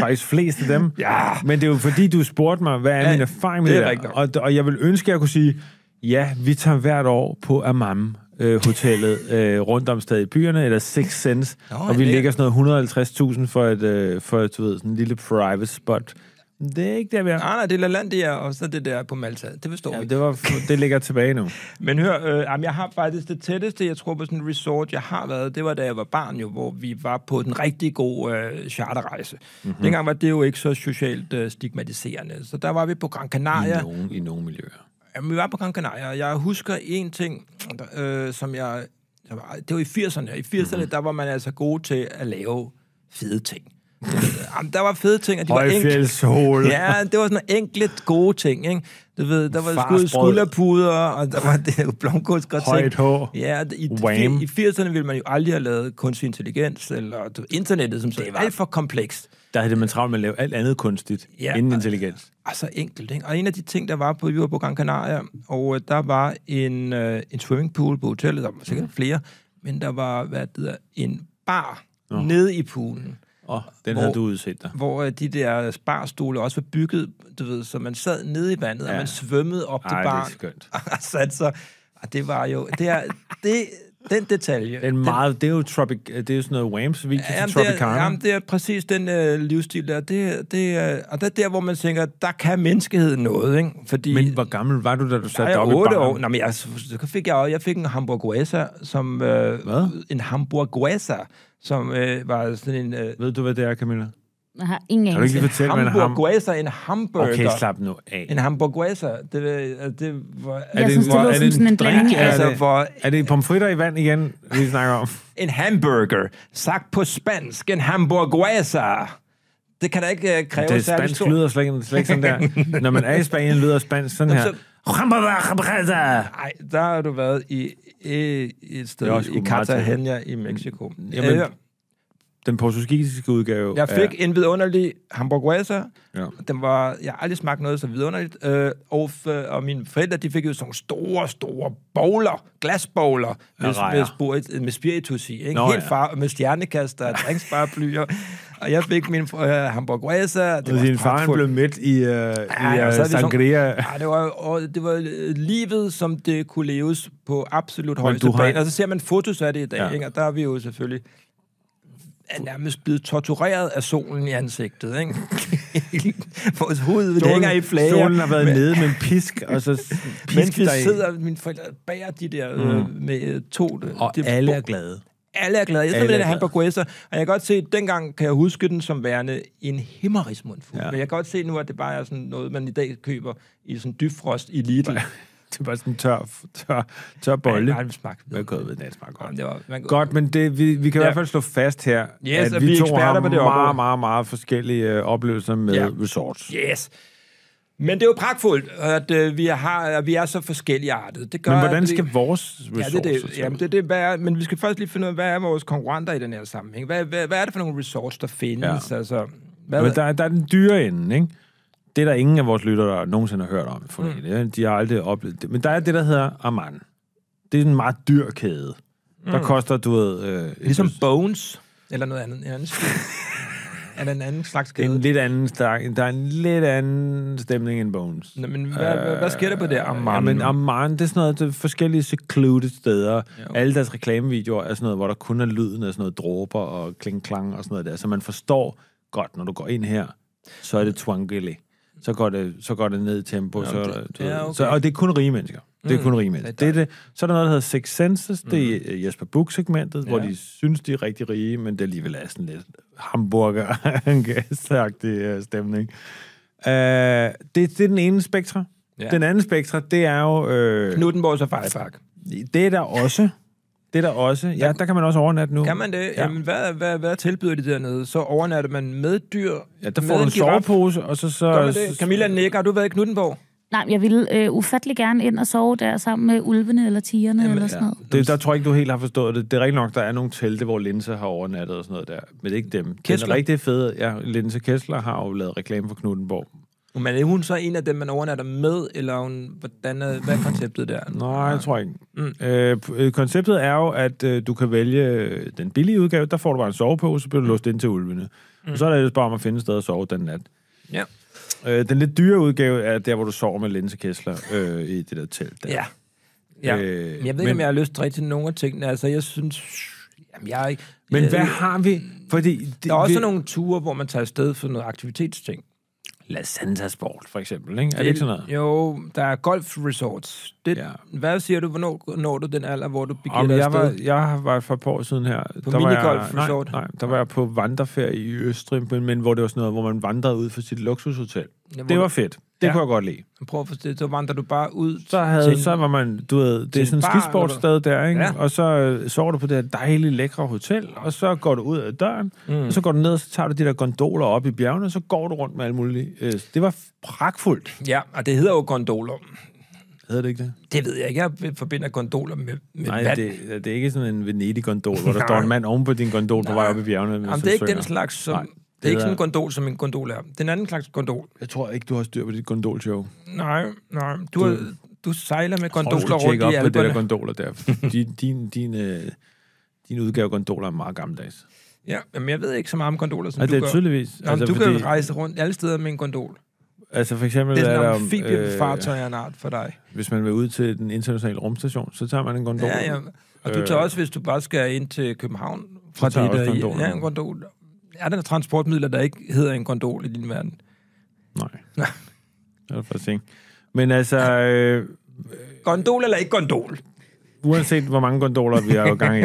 Speaker 2: faktisk flest af dem.
Speaker 1: Ja.
Speaker 2: Men det er jo fordi, du spurgte mig, hvad er
Speaker 1: Ja,
Speaker 2: min erfaring med
Speaker 1: det
Speaker 2: det,
Speaker 1: er
Speaker 2: det
Speaker 1: rigtigt
Speaker 2: der? Og, og jeg vil ønske, at jeg kunne sige, ja, vi tager hvert år på Amam. Øh,
Speaker 1: (laughs)
Speaker 2: hotellet øh, rundt om stedet i byerne, eller Six Sense,
Speaker 1: Nå,
Speaker 2: og vi
Speaker 1: det-
Speaker 2: lægger sådan noget 150.000 for et, øh, for et, du ved, sådan en lille private spot. Det er ikke der, vi er.
Speaker 1: Ah, Nej, nej, det er Lalandia, og så det der på Malta. Det forstår ja,
Speaker 2: Ja,
Speaker 1: jeg.
Speaker 2: det, var, det ligger tilbage nu.
Speaker 1: Men hør, øh, jamen, jeg har faktisk det tætteste, jeg tror på sådan en resort, jeg har været, det var da jeg var barn jo, hvor vi var på den rigtig god øh, charterrejse. Mm-hmm. Dengang var det jo ikke så socialt øh, stigmatiserende. Så der var vi på Gran Canaria.
Speaker 2: I, nogen, I nogle miljøer.
Speaker 1: Jamen, vi var på Gran Canaria, og jeg husker en ting, øh, som jeg... som var- Det var i 80'erne. I 80'erne, mm-hmm. der var man altså god til at lave fede ting. (laughs) Jamen, der var fede ting, og de var enkle.
Speaker 2: Højfjeldshol.
Speaker 1: Ja, det var sådan nogle enkle gode ting, ikke? Du ved, der var
Speaker 2: Farsbrød.
Speaker 1: skud, skulderpuder, og der var (laughs) det blomkålsgræt
Speaker 2: Højt hår.
Speaker 1: Ja, i,
Speaker 2: Wham.
Speaker 1: i, i 80'erne ville man jo aldrig have lavet kunstig intelligens, eller du, ved, internettet, som sådan. Det var alt for komplekst.
Speaker 2: Der havde man travlt med at lave alt andet kunstigt
Speaker 1: Ja.
Speaker 2: ja. inden intelligens.
Speaker 1: Altså enkelt, ikke? Og en af de ting, der var på, vi var på Gran Canaria, og øh, der var en, øh, en swimmingpool på hotellet, der var sikkert
Speaker 2: Mm.
Speaker 1: flere, men der var, hvad det hedder, en bar nede i poolen,
Speaker 2: Åh, den
Speaker 1: Hvor-
Speaker 2: havde du udset dig.
Speaker 1: hvor øh, de der barstole også var bygget, du ved, så man sad nede i vandet, ja. og
Speaker 2: Ja.
Speaker 1: man svømmede op til
Speaker 2: Ej, det er
Speaker 1: baren. (laughs)
Speaker 2: skønt.
Speaker 1: og satte sig. Og ah, det var jo, det er, det, den detalje.
Speaker 2: Den meget, det er jo tropic, det er jo sådan noget Whams video til
Speaker 1: det er,
Speaker 2: Tropicana.
Speaker 1: jamen, det er præcis den øh, livsstil der. Det, det, er- og det er der, hvor man tænker, der kan menneskeheden noget, ikke? Fordi
Speaker 2: men hvor gammel var du, da du
Speaker 1: der
Speaker 2: satte
Speaker 1: er
Speaker 2: dig op i
Speaker 1: otte år.
Speaker 2: baren?
Speaker 1: Nå, men jeg, altså, så fik jeg, jeg fik en hamburguesa, som... Øh,
Speaker 2: Hvad?
Speaker 1: En hamburguesa, som øh, var sådan en... Øh,
Speaker 2: Ved du, hvad det er, Camilla?
Speaker 4: Jeg har ingen
Speaker 2: Kan du ikke
Speaker 4: anelse.
Speaker 2: lige fortælle mig en ham?
Speaker 1: hamburguesa, en hamburger.
Speaker 2: Okay, slap nu af.
Speaker 1: En hamburguesa. Det, øh, det var...
Speaker 4: Jeg
Speaker 2: det-
Speaker 4: synes, det
Speaker 2: hvor-
Speaker 4: lød
Speaker 2: er
Speaker 4: som
Speaker 2: det en
Speaker 4: sådan en
Speaker 2: drink?
Speaker 4: blanding af-
Speaker 2: Er
Speaker 1: Altså,
Speaker 2: det-
Speaker 1: hvor
Speaker 2: Er det pomfritter i vand igen, vi snakker om?
Speaker 1: En hamburger, sagt på spansk, en hamburguesa. Det kan da ikke uh, kræve
Speaker 2: Det er
Speaker 1: særlig
Speaker 2: spansk
Speaker 1: stor...
Speaker 2: lyder slet ikke, slet ikke sådan der. Når man er i Spanien, lyder spansk sådan her.
Speaker 1: så- Nej, der har du været i, i et
Speaker 2: Det er
Speaker 1: sted
Speaker 2: også
Speaker 1: i
Speaker 2: sgu meget
Speaker 1: Cartagena i Mexico.
Speaker 2: Jamen,
Speaker 1: Øh,
Speaker 2: Den portugisiske udgave
Speaker 1: jeg fik en vidunderlig hamburguesa.
Speaker 2: Ja.
Speaker 1: Den var, jeg har aldrig smagt noget så vidunderligt. Øh, og, f- og mine forældre, de fik jo sådan nogle store, store bowler, glasbowler, med,
Speaker 2: rejer.
Speaker 1: med, spirit, med spiritus i. Ikke?
Speaker 2: Nå,
Speaker 1: Helt
Speaker 2: ja.
Speaker 1: far, med stjernekaster og
Speaker 2: (laughs)
Speaker 1: drinkspareblyer. og jeg fik min øh, hamburguesa. Det
Speaker 2: Og
Speaker 1: var
Speaker 2: din far han
Speaker 1: pragtfuldt.
Speaker 2: blev midt i, uh, i
Speaker 1: og så er
Speaker 2: uh,
Speaker 1: det sådan-
Speaker 2: sangria.
Speaker 1: Ja, det var, og det var øh, livet, som det kunne leves på absolut højeste
Speaker 2: du har-
Speaker 1: plan. Og så ser man fotos af det i dag, ja.
Speaker 2: Ja.
Speaker 1: ikke? og der er vi jo selvfølgelig er nærmest blevet tortureret af solen i ansigtet. Ikke? (laughs) Vores hoved hænger i flager.
Speaker 2: Solen har været men, nede med en pisk, og så
Speaker 1: Men
Speaker 2: pisk
Speaker 1: vi
Speaker 2: dig
Speaker 1: sidder, mine forældre bager de der øh, med øh, to...
Speaker 2: Mm. og
Speaker 1: de,
Speaker 2: alle er glade.
Speaker 1: alle er glade. Jeg sidder
Speaker 2: Alle
Speaker 1: med
Speaker 2: er
Speaker 1: den her
Speaker 2: glade.
Speaker 1: hamburguesa, og jeg kan godt se, at dengang kan jeg huske den som værende en himmerismundfuld. Ja.
Speaker 2: Ja.
Speaker 1: Men jeg kan godt se nu, at det bare er sådan noget, man i dag køber i sådan dybfrost i Lidl.
Speaker 2: Det er bare sådan en tør, tør, tør bolle.
Speaker 1: Nej, det smagte
Speaker 2: Hvad er gået ved det smager
Speaker 1: Jamen,
Speaker 2: godt.
Speaker 1: det var, man,
Speaker 2: Godt, men det, vi, vi kan i
Speaker 1: Ja.
Speaker 2: hvert fald slå fast her,
Speaker 1: Yes, at
Speaker 2: at
Speaker 1: vi er
Speaker 2: vi to
Speaker 1: eksperter
Speaker 2: har
Speaker 1: på det område.
Speaker 2: meget, meget, meget forskellige øh, oplevelser med
Speaker 1: Ja.
Speaker 2: resorts.
Speaker 1: Yes. Men det er jo pragtfuldt, at øh, vi, har, at vi er så forskellige artet. Det gør,
Speaker 2: Men
Speaker 1: at
Speaker 2: hvordan
Speaker 1: vi-
Speaker 2: skal vores
Speaker 1: Ja,
Speaker 2: resorts
Speaker 1: det er
Speaker 2: så
Speaker 1: det.
Speaker 2: se
Speaker 1: Jamen,
Speaker 2: ud?
Speaker 1: det, er det hvad er, men vi skal først lige finde ud af, hvad er vores konkurrenter i den her sammenhæng? Hvad, hvad, hvad er det for nogle resorts, der findes? Ja. Altså, hvad,
Speaker 2: Men der, er- der er den dyre ende, ikke? Det er der ingen af vores lyttere, der nogensinde har hørt om. For mm. De har aldrig oplevet det. Men der er det, der hedder Amman. Det er en meget dyr kæde. Der koster, du ved... Øh, et-
Speaker 1: Mm. ligesom Bones, eller noget andet. En anden,
Speaker 2: (laughs)
Speaker 1: skid- eller en anden slags
Speaker 2: det er en
Speaker 1: kæde.
Speaker 2: lidt anden stak, der er en lidt anden stemning end Bones.
Speaker 1: Nå, men hvad, hvad, hvad sker der på det? Amman?
Speaker 2: Øh, Jamen, Amman, det er sådan noget, det er forskellige secluded steder. Alle deres reklamevideoer er sådan noget, hvor der kun er lyden af sådan noget dråber og kling-klang og sådan noget der. Så man forstår godt, når du går ind her, så er det twangeli. Så går det, så går det ned i tempo. så, er der-
Speaker 1: det-
Speaker 2: du
Speaker 1: ja,
Speaker 2: ved.
Speaker 1: okay. Mm.
Speaker 2: så, og det er kun rige mennesker. Det er kun rige mennesker. Det er det, så er der noget, der hedder Six Senses. Det er øh, Jesper Buch-segmentet, hvor de synes, de er rigtig rige, men det alligevel er sådan lidt (laughs) hamburger-agtig øh, stemning. Uh, det, det er den ene spektre.
Speaker 1: Ja.
Speaker 2: Ja. Den anden spektre, det er jo... Øh,
Speaker 1: Knuttenborg Safari Park.
Speaker 2: det er der også. Det er der også. Ja, der kan man også overnatte nu.
Speaker 1: Kan man det?
Speaker 2: Ja.
Speaker 1: Jamen, hvad, hvad, hvad tilbyder de dernede? Så overnatter man med dyr?
Speaker 2: Ja, der
Speaker 1: med
Speaker 2: får du en
Speaker 1: giraf?
Speaker 2: sovepose, og så... så
Speaker 1: Gør man det? Camilla nikker. Har du været i Knuttenborg?
Speaker 4: Nej, men jeg ville øh, ufattelig gerne ind og sove der sammen med ulvene eller tigerne Jamen, eller sådan noget.
Speaker 2: Det, der tror jeg ikke, du helt har forstået det. Det er rigtigt nok, der er nogle telte, hvor Linse har overnattet og sådan noget der. Men det er ikke dem. Den
Speaker 1: Kessler?
Speaker 2: er rigtig fede. Ja, Linse Kessler har jo lavet reklame for Knuttenborg.
Speaker 1: Men er hun så en af dem, man overnatter med, eller er hun, hvordan er, hvad er konceptet der?
Speaker 2: Nej, jeg tror ikke. Mm. Øh, p- øh, konceptet er jo, at øh, du kan vælge øh, den billige udgave. Der får du bare en sovepose, så bliver du låst ind til ulvene. Mm. Og så er det ellers bare om at finde et sted at sove den nat.
Speaker 1: Ja.
Speaker 2: Øh, den lidt dyre udgave er der, hvor du sover med Linse Kessler øh, i det der telt der.
Speaker 1: Ja. ja.
Speaker 2: Øh,
Speaker 1: Øh, jeg ved ikke,
Speaker 2: men-
Speaker 1: om jeg har lyst rigtig til nogen af tingene. Altså, jeg synes... Jamen, jeg er ikke...
Speaker 2: Men
Speaker 1: jeg,
Speaker 2: hvad har vi? Fordi det,
Speaker 1: Der er også
Speaker 2: vi,
Speaker 1: nogle ture, hvor man tager afsted for noget aktivitetsting.
Speaker 2: La Santa Sport, for eksempel, ikke? Er det ikke sådan noget?
Speaker 1: Jo, der er golf resorts. Det,
Speaker 2: Ja.
Speaker 1: ja. Hvad siger du, hvornår når du den alder, hvor du begiver
Speaker 2: Om
Speaker 1: dig
Speaker 2: jeg,
Speaker 1: afsted?
Speaker 2: var, jeg var for et par år siden her. På
Speaker 1: minigolf
Speaker 2: var jeg,
Speaker 1: resort?
Speaker 2: nej, nej, der var jeg på vandreferie i Østrig, men, men hvor det var sådan noget, hvor man vandrede ud fra sit luksushotel.
Speaker 1: Ja, hvor
Speaker 2: Det
Speaker 1: du-
Speaker 2: var fedt. Det ja.
Speaker 1: Ja.
Speaker 2: kunne jeg godt lide.
Speaker 1: Prøv at forstå, så vandrer du bare ud.
Speaker 2: Så, havde, så var man, du ved, det er
Speaker 1: en
Speaker 2: sådan et
Speaker 1: bar,
Speaker 2: skisportssted der, ikke?
Speaker 1: Ja.
Speaker 2: Og så øh, sover du på det her dejlige, lækre hotel, og så går du ud af døren, mm. og så går du ned, og så tager du de der gondoler op i bjergene, og så går du rundt med alt muligt. Øh, Det var pragtfuldt,
Speaker 1: Ja, og det hedder jo gondoler.
Speaker 2: hedder det ikke det?
Speaker 1: Det ved jeg ikke. Jeg forbinder gondoler med, med
Speaker 2: Nej,
Speaker 1: vand.
Speaker 2: det, det er ikke sådan en Venedig-gondol, hvor
Speaker 1: (laughs)
Speaker 2: der
Speaker 1: Nej.
Speaker 2: står en mand oven på din gondol på vej op i bjergene.
Speaker 1: Jamen, det er ikke den slags, som...
Speaker 2: Nej,
Speaker 1: Nej,
Speaker 2: det
Speaker 1: det, det er ikke sådan
Speaker 2: er-
Speaker 1: en gondol, som en gondol er. Den anden slags gondol.
Speaker 2: Jeg tror ikke, du har styr på dit gondolshow.
Speaker 1: Nej, nej. Du, du, du sejler med
Speaker 2: Og du
Speaker 1: gondoler
Speaker 2: skal
Speaker 1: rundt
Speaker 2: tjekke op
Speaker 1: i
Speaker 2: på det der
Speaker 1: alberne.
Speaker 2: gondoler der.
Speaker 1: (laughs)
Speaker 2: Din, din, din, øh, din udgave af gondoler er meget gammeldags.
Speaker 1: Ja, men jeg ved ikke så meget om gondoler, som
Speaker 2: Og
Speaker 1: du
Speaker 2: det
Speaker 1: gør.
Speaker 2: er tydeligvis...
Speaker 1: Jamen, altså, du kan jo rejse rundt alle steder med en gondol.
Speaker 2: altså for eksempel
Speaker 1: Det er sådan en
Speaker 2: er der,
Speaker 1: amfibiefartøj øh, en art for dig.
Speaker 2: hvis man vil ud til den internationale rumstation, så tager man en gondol.
Speaker 1: Ja, ja. Og du tager også, hvis du bare skal ind til København fra
Speaker 2: Øh. tager
Speaker 1: det
Speaker 2: jeg
Speaker 1: der...
Speaker 2: også gondolen.
Speaker 1: i- Ja, en gondol. Er der transportmidler, der ikke hedder en gondol i din verden?
Speaker 2: Nej.
Speaker 1: Nå.
Speaker 2: Det er der faktisk ikke. Men altså, øh,
Speaker 1: Gondol eller ikke gondol?
Speaker 2: uanset hvor mange gondoler vi har jo
Speaker 1: (laughs)
Speaker 2: gang i.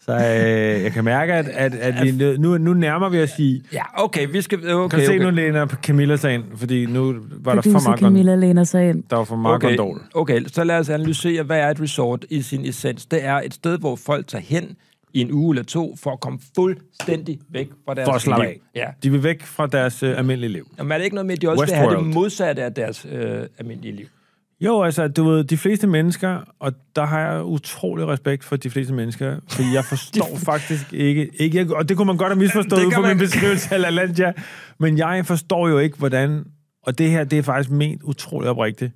Speaker 2: Så øh, jeg kan mærke, at, at, at vi, nø- nu, nu nærmer vi os i...
Speaker 1: Ja, okay, vi skal... Okay,
Speaker 2: Kan okay, se,
Speaker 1: okay.
Speaker 2: nu læner Camilla sig ind, fordi nu var der for
Speaker 4: Producer
Speaker 2: meget, kon-
Speaker 4: Camilla læner sig ind.
Speaker 2: der var for meget okay.
Speaker 1: okay,
Speaker 2: gondol.
Speaker 1: okay, så lad os analysere, hvad er et resort i sin essens? Det er et sted, hvor folk tager hen i en uge eller to, for at komme fuldstændig væk fra deres
Speaker 2: For at slappe af.
Speaker 1: liv. Ja.
Speaker 2: De vil væk fra deres øh, almindelige liv.
Speaker 1: Jamen er det ikke noget med, at de også vil have det
Speaker 2: Westworld.
Speaker 1: modsatte af deres øh, almindelige liv?
Speaker 2: Jo, altså, du ved, de fleste mennesker, og der har jeg utrolig respekt for de fleste mennesker, fordi
Speaker 1: (laughs)
Speaker 2: jeg forstår faktisk ikke, ikke jeg, og det kunne man godt have misforstået
Speaker 1: Det
Speaker 2: ud
Speaker 1: kan
Speaker 2: fra min
Speaker 1: man.
Speaker 2: beskrivelse af LaLandia, men jeg forstår jo ikke, hvordan, og det her, det er faktisk ment utrolig oprigtigt,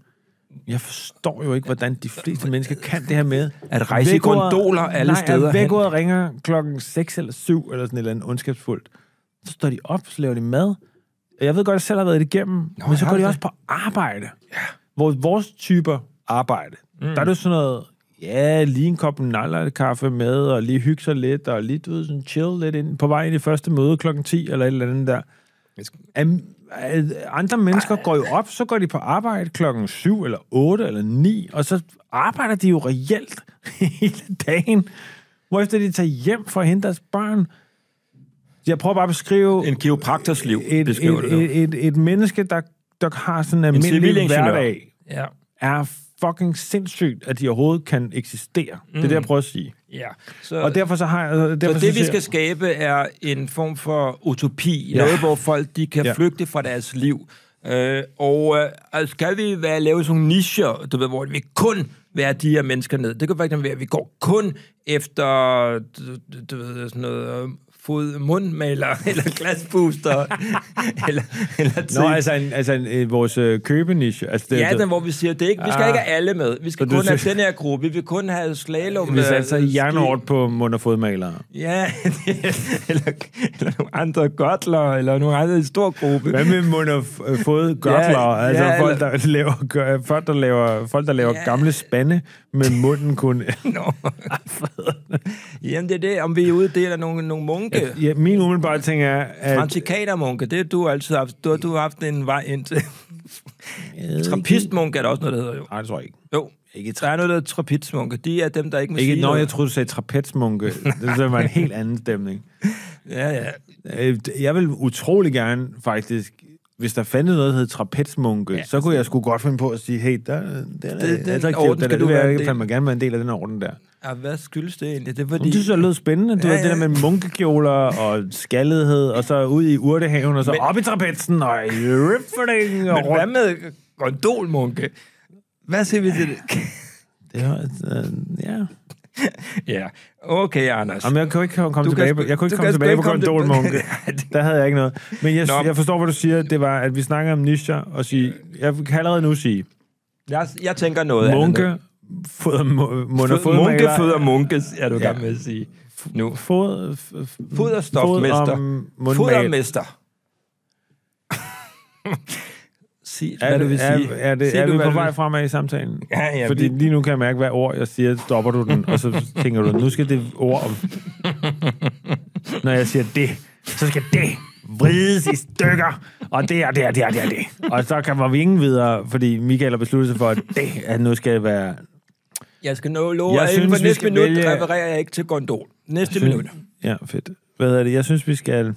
Speaker 2: jeg forstår jo ikke, hvordan de fleste mennesker kan det her med.
Speaker 1: At rejse i
Speaker 2: Vækordet-
Speaker 1: gondoler alle
Speaker 2: nej,
Speaker 1: steder
Speaker 2: Nej,
Speaker 1: hen.
Speaker 2: vækordet ringer klokken 6 eller 7 eller sådan et eller andet ondskabsfuldt. Så står de op, så laver de mad. Og Jeg ved godt, at jeg selv har været det igennem, Nå, men så
Speaker 1: har
Speaker 2: går
Speaker 1: du
Speaker 2: de
Speaker 1: det?
Speaker 2: også på arbejde. Ja. Hvor vores typer arbejde, mm. der er det jo sådan noget, ja, lige en kop kaffe med, og lige hygge sig lidt, og lige du ved, sådan chill lidt ind, på vej ind i første møde klokken 10 eller et eller andet der. Am- øh, andre mennesker går jo op, så går de på arbejde klokken 7 eller 8 eller 9, og så arbejder de jo reelt (laughs) hele dagen, hvorefter de tager hjem for at hente deres børn. Jeg prøver bare at beskrive
Speaker 1: En kiropraktors liv,
Speaker 2: et, et,
Speaker 1: beskriver det nu.
Speaker 2: et, et, et menneske, der, der har sådan en almindelig
Speaker 1: civilingeniør.
Speaker 2: hverdag,
Speaker 1: Ja,
Speaker 2: er fucking sindssygt, at de overhovedet kan eksistere. Mm. Det er det, jeg prøver at sige.
Speaker 1: ja. Så,
Speaker 2: Og derfor så har jeg... Derfor
Speaker 1: Øh. så det, vi
Speaker 2: synes jeg-
Speaker 1: skal skabe, er en form for utopi.
Speaker 2: Ja.
Speaker 1: Ja. Noget, hvor folk de kan
Speaker 2: Ja.
Speaker 1: ja. flygte fra deres liv. Øh, og øh, altså, skal vi være, lave sådan nogle nischer, du ved, hvor vi kun være de her mennesker ned. Det kan faktisk være, at vi går kun efter du, du- du ved, sådan noget øh, fod mundmaler, (laughs) eller glasbooster, (laughs) eller, eller
Speaker 2: Nå, altså, en, altså en, øh, vores øh, købeniche. Altså det,
Speaker 1: Ja,
Speaker 2: det-
Speaker 1: den, hvor vi siger, det er ikke, vi skal
Speaker 2: Ah.
Speaker 1: ikke have alle med. Vi skal
Speaker 2: Så du
Speaker 1: kun have
Speaker 2: siger- altså
Speaker 1: den her gruppe. Vi vil kun have slalom.
Speaker 2: Vi
Speaker 1: øh,
Speaker 2: satte sig
Speaker 1: ski.
Speaker 2: jernhårdt på mund- og fodmalere.
Speaker 1: Ja, (laughs) eller, eller nogle andre gørtler, eller nogle andre i stor gruppe.
Speaker 2: Hvad med mund- og f- øh, fodgørtlere?
Speaker 1: Ja,
Speaker 2: altså
Speaker 1: ja,
Speaker 2: folk, der laver, gør, folk, der laver, folk, der laver
Speaker 1: Ja.
Speaker 2: gamle spande med munden kun.
Speaker 1: Nå. Jamen, det er det, om vi er ude, det er nogle, nogle munke.
Speaker 2: ja, min umiddelbare ting er, at
Speaker 1: Antikatermunke, det har du altid haft. Du, har- du har haft en vej ind til. Trappistmunke er der også noget, der hedder jo.
Speaker 2: Nej, det tror jeg ikke.
Speaker 1: Jo. Ikke der er noget, der hedder trappistmunke. De er dem, der ikke må
Speaker 2: Ikke,
Speaker 1: sige
Speaker 2: når
Speaker 1: noget.
Speaker 2: jeg troede, du sagde
Speaker 1: (laughs)
Speaker 2: trapezmunke. Det så var en helt anden stemning.
Speaker 1: Ja, ja.
Speaker 2: Øh, Jeg vil utrolig gerne faktisk, hvis der fandtes noget, der hed trapezmunke, ja. så kunne
Speaker 1: altså-
Speaker 2: jeg sgu godt finde på at sige, hey, der, der, der, der,
Speaker 1: den
Speaker 2: der, der, der,
Speaker 1: orden
Speaker 2: der,
Speaker 1: skal
Speaker 2: der,
Speaker 1: du
Speaker 2: vil
Speaker 1: være en
Speaker 2: jeg
Speaker 1: del.
Speaker 2: fandme gerne være en del af den orden der.
Speaker 1: Ja, hvad skyldes det egentlig? Det er
Speaker 2: Det
Speaker 1: fordi...
Speaker 2: synes jeg lød spændende. Du ja,
Speaker 1: Ja,
Speaker 2: ved, det
Speaker 1: ja.
Speaker 2: der med munkekjoler og skaldighed, og så ud i urtehaven, og så Men...
Speaker 1: Men-
Speaker 2: op i trapetsen, og i riffling, og
Speaker 1: Men hvad
Speaker 2: rundt.
Speaker 1: med gondolmunke? Hvad siger vi til det?
Speaker 2: Det var, øh, ja.
Speaker 1: (laughs) ja, okay, Anders.
Speaker 2: Jamen, jeg kunne ikke komme
Speaker 1: Du kan
Speaker 2: tilbage på,
Speaker 1: sgu-
Speaker 2: jeg kunne ikke
Speaker 1: du
Speaker 2: komme
Speaker 1: kan sgu
Speaker 2: tilbage på
Speaker 1: ikke komme til- (laughs)
Speaker 2: gondolmunke. Der havde jeg ikke noget. Men jeg,
Speaker 1: Nå.
Speaker 2: jeg forstår, hvad du siger. Det var, at vi snakker om nischer, og sige, jeg kan allerede nu sige,
Speaker 1: Jeg, jeg tænker noget andet.
Speaker 2: munke, fod, mu, mund og
Speaker 1: Fod, munke
Speaker 2: fodmaler,
Speaker 1: føder munke, er du
Speaker 2: Ja.
Speaker 1: ja. med at sige. Nu.
Speaker 2: fod, f- f-
Speaker 1: Foderstofmester.
Speaker 2: om mundmaler. (laughs)
Speaker 1: Fodermester. Sig,
Speaker 2: Er,
Speaker 1: hvad du vil
Speaker 2: er,
Speaker 1: sige.
Speaker 2: er, det,
Speaker 1: Sig
Speaker 2: er
Speaker 1: du,
Speaker 2: vi
Speaker 1: hvad
Speaker 2: på
Speaker 1: du
Speaker 2: vej
Speaker 1: vil-
Speaker 2: fremad i samtalen?
Speaker 1: Ja, ja,
Speaker 2: Fordi
Speaker 1: vi-
Speaker 2: lige nu kan jeg mærke, hvad ord jeg siger, stopper du den, og så tænker du, nu skal det ord om... Når jeg siger det, så skal det vrides i stykker, og det er det, og det er det, og det. Og så kan vi ingen videre, fordi Michael har besluttet sig for, at det at nu skal være...
Speaker 1: Jeg skal nå love,
Speaker 2: Jeg
Speaker 1: at inden
Speaker 2: synes,
Speaker 1: for
Speaker 2: vi
Speaker 1: næste
Speaker 2: skal
Speaker 1: minut
Speaker 2: vælge-
Speaker 1: vælge... refererer jeg ikke til gondol. Næste minut.
Speaker 2: Ja, fedt. Hvad hedder det? Jeg synes, vi skal...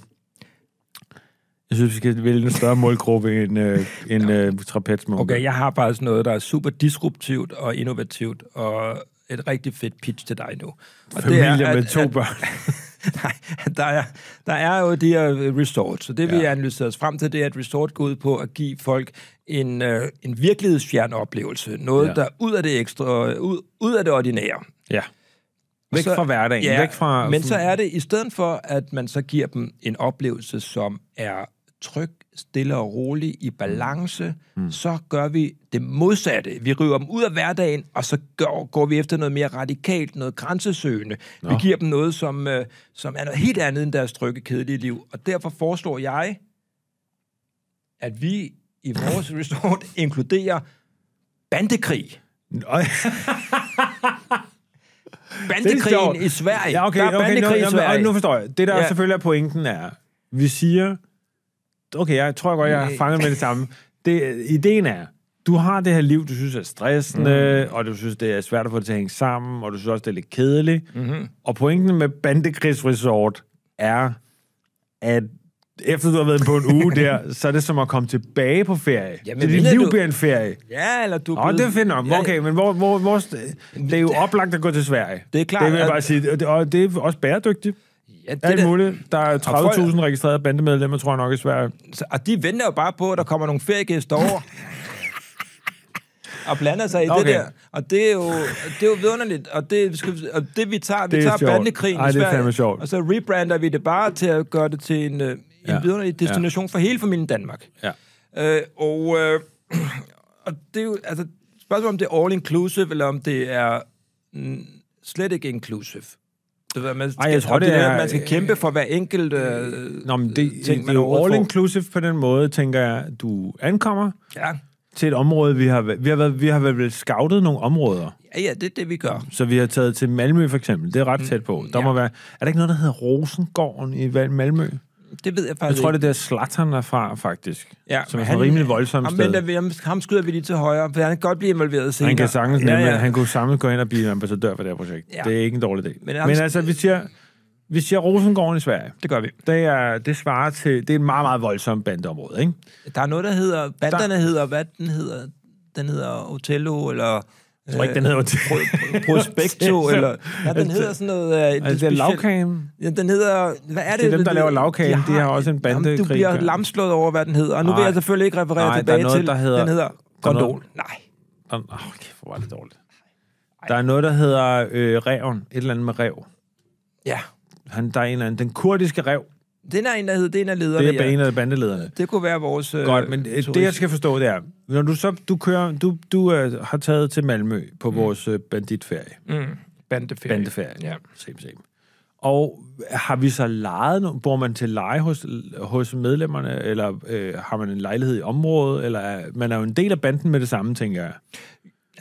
Speaker 2: Jeg synes, vi skal vælge en større målgruppe end, øh, end øh, trapezmål.
Speaker 1: Okay, jeg har faktisk noget, der er super disruptivt og innovativt, og et rigtig fedt pitch til dig nu. Og
Speaker 2: Familier med to børn.
Speaker 1: (laughs) Nej, der er, der er jo de her resorts, og det vi
Speaker 2: Ja.
Speaker 1: ja. analyserer os frem til, det er, at resort går ud på at give folk en, øh, en virkelighedsfjern oplevelse. Noget,
Speaker 2: Ja.
Speaker 1: ja. der er ud af det ekstra, ud, ud af det ordinære.
Speaker 2: Ja. Væk
Speaker 1: Så-
Speaker 2: fra hverdagen, væk fra...
Speaker 1: Men så er det, i stedet for, at man så giver dem en oplevelse, som er tryg, stille og rolig, i balance, mm. så gør vi det modsatte. Vi river dem ud af hverdagen, og så går, går vi efter noget mere radikalt, noget grænsesøgende. Nå. Vi giver dem noget, som, øh, som er noget helt andet end deres trygge, kedelige liv. Og derfor foreslår jeg, at vi i
Speaker 2: (laughs)
Speaker 1: vores resort inkluderer bandekrig.
Speaker 2: Nå, sjovt.
Speaker 1: Bandekrigen i Sverige.
Speaker 2: Ja, okay,
Speaker 1: der er
Speaker 2: okay, nu,
Speaker 1: bandekrig i
Speaker 2: nu,
Speaker 1: Sverige.
Speaker 2: nu forstår jeg. Det, der ja.
Speaker 1: Ja.
Speaker 2: selvfølgelig er pointen, er, vi siger... Okay, jeg tror godt, jeg har
Speaker 1: Nej.
Speaker 2: fanget med det samme. Det, ideen er, du har det her liv, du synes er stressende, mm. og du synes, det er svært at få det til at hænge sammen, og du synes også, det er lidt kedeligt. Mm-hmm. Og pointen med Bandekrigs Resort er, at efter du har været på en uge
Speaker 1: (laughs)
Speaker 2: der, så er det som at komme tilbage på ferie. Jamen,
Speaker 1: Jamen,
Speaker 2: det er dit
Speaker 1: ved
Speaker 2: liv
Speaker 1: du-
Speaker 2: bliver en ferie.
Speaker 1: Ja, eller du... er
Speaker 2: Åh, oh,
Speaker 1: blevet-
Speaker 2: det er fedt nok.
Speaker 1: Ja,
Speaker 2: Okay, men hvor, hvor, hvor, det er jo oplagt at gå til Sverige.
Speaker 1: Det er klart,
Speaker 2: Det vil jeg
Speaker 1: at-
Speaker 2: bare sige. Og det, og det er også bæredygtigt.
Speaker 1: Ja, det
Speaker 2: Alt
Speaker 1: der-
Speaker 2: muligt. Der er 30.000
Speaker 1: folk-
Speaker 2: registrerede bandemedlemmer, tror jeg nok, i Sverige.
Speaker 1: Så- Og de venter jo bare på, at der kommer nogle feriegæster
Speaker 2: (laughs)
Speaker 1: over. og blander sig i okay.
Speaker 2: Okay.
Speaker 1: det der. Og det er jo, det er jo vidunderligt. Og det, skal, vi- og det vi tager,
Speaker 2: Det
Speaker 1: vi
Speaker 2: er
Speaker 1: tager
Speaker 2: sjovt.
Speaker 1: bandekrigen
Speaker 2: Ej,
Speaker 1: i
Speaker 2: det er
Speaker 1: Sverige.
Speaker 2: fandme sjovt.
Speaker 1: Og så rebrander vi det bare til at gøre det til en, øh, en
Speaker 2: Ja.
Speaker 1: ja. vidunderlig destination ja. for hele familien Danmark.
Speaker 2: Ja.
Speaker 1: Øh, og, øh, (clears throat) og det er jo, altså, spørgsmålet om det er all inclusive, eller om det er mm, slet ikke inclusive. Det, er, man skal,
Speaker 2: jeg tror,
Speaker 1: om
Speaker 2: det
Speaker 1: er,
Speaker 2: er- øh,
Speaker 1: at man skal kæmpe for hver enkelt... Øh,
Speaker 2: Nå, men det, det,
Speaker 1: Ting,
Speaker 2: det er
Speaker 1: man
Speaker 2: jo
Speaker 1: overfor.
Speaker 2: all-inclusive på den måde, tænker jeg. Du ankommer
Speaker 1: ja.
Speaker 2: til et område, vi har, væ- vi har, været, vi har været, været scoutet nogle områder.
Speaker 1: ja, ja, det er det, vi gør.
Speaker 2: Så vi har taget til Malmø, for eksempel. Det er ret tæt på. Der må
Speaker 1: Mm. ja.
Speaker 2: være... Er der ikke noget, der hedder Rosengården i Val- Malmø?
Speaker 1: Det ved jeg
Speaker 2: Jeg
Speaker 1: faktisk
Speaker 2: tror, det
Speaker 1: ikke.
Speaker 2: er der, Slattern er fra, faktisk. som er
Speaker 1: men
Speaker 2: sådan en rimelig voldsom
Speaker 1: ham,
Speaker 2: sted.
Speaker 1: venter vi- ham- ham skyder vi lige til højre, for han kan godt blive involveret senere.
Speaker 2: Han kan sagtens ja, ja.
Speaker 1: ja.
Speaker 2: han kunne samlet gå ind og blive ambassadør for det her projekt. Ja.
Speaker 1: Ja.
Speaker 2: Det er ikke en dårlig idé. Men,
Speaker 1: Men
Speaker 2: men
Speaker 1: han-
Speaker 2: altså, vi siger, vi siger Rosengården i Sverige.
Speaker 1: Det gør vi.
Speaker 2: Det, er, det svarer til... Det er et meget, meget voldsomt bandeområde, ikke?
Speaker 1: Der er noget, der hedder... Banderne der... hedder... Hvad den hedder? Den hedder Otello, eller... øh,
Speaker 2: Jeg tror ikke, den hedder...
Speaker 1: Prospecto,
Speaker 2: (laughs)
Speaker 1: eller... Ja, den
Speaker 2: Altså,
Speaker 1: hedder sådan noget... Øh,
Speaker 2: Altså, det er
Speaker 1: specielt-
Speaker 2: lavkagen.
Speaker 1: Ja, den hedder... Hvad er det?
Speaker 2: Det er dem, der laver lagkagen. De har også en
Speaker 1: Jamen, Du
Speaker 2: bandekrig.
Speaker 1: bliver lamslået over, hvad den hedder. Og nu vil
Speaker 2: Nej.
Speaker 1: jeg selvfølgelig ikke referere
Speaker 2: Nej, der er
Speaker 1: tilbage
Speaker 2: noget,
Speaker 1: til...
Speaker 2: der hedder-
Speaker 1: Den hedder
Speaker 2: er noget-
Speaker 1: Gondol. Nej.
Speaker 2: Åh, oh, kæft, hvor var det dårligt. Der er noget, der hedder øh, reven. Et eller andet med rev.
Speaker 1: Ja.
Speaker 2: Han, der er en eller anden... Den kurdiske rev.
Speaker 1: Den er en, der hedder... Det er en af lederne,
Speaker 2: Det er
Speaker 1: ja.
Speaker 2: en af bandelederne.
Speaker 1: Det kunne være vores... øh,
Speaker 2: Godt, men øh, det, jeg
Speaker 1: turist.
Speaker 2: skal forstå, det er, når du så du kører, du, du øh, har taget til Malmø på mm. vores øh, banditferie.
Speaker 1: Mm. Bandeferie.
Speaker 2: Bandeferie.
Speaker 1: Ja.
Speaker 2: Øh, Same, same. Og har vi så lejet, no- bor man til leje hos, hos medlemmerne, eller øh, har man en lejlighed i området, eller er, man er jo en del af banden med det samme, tænker jeg.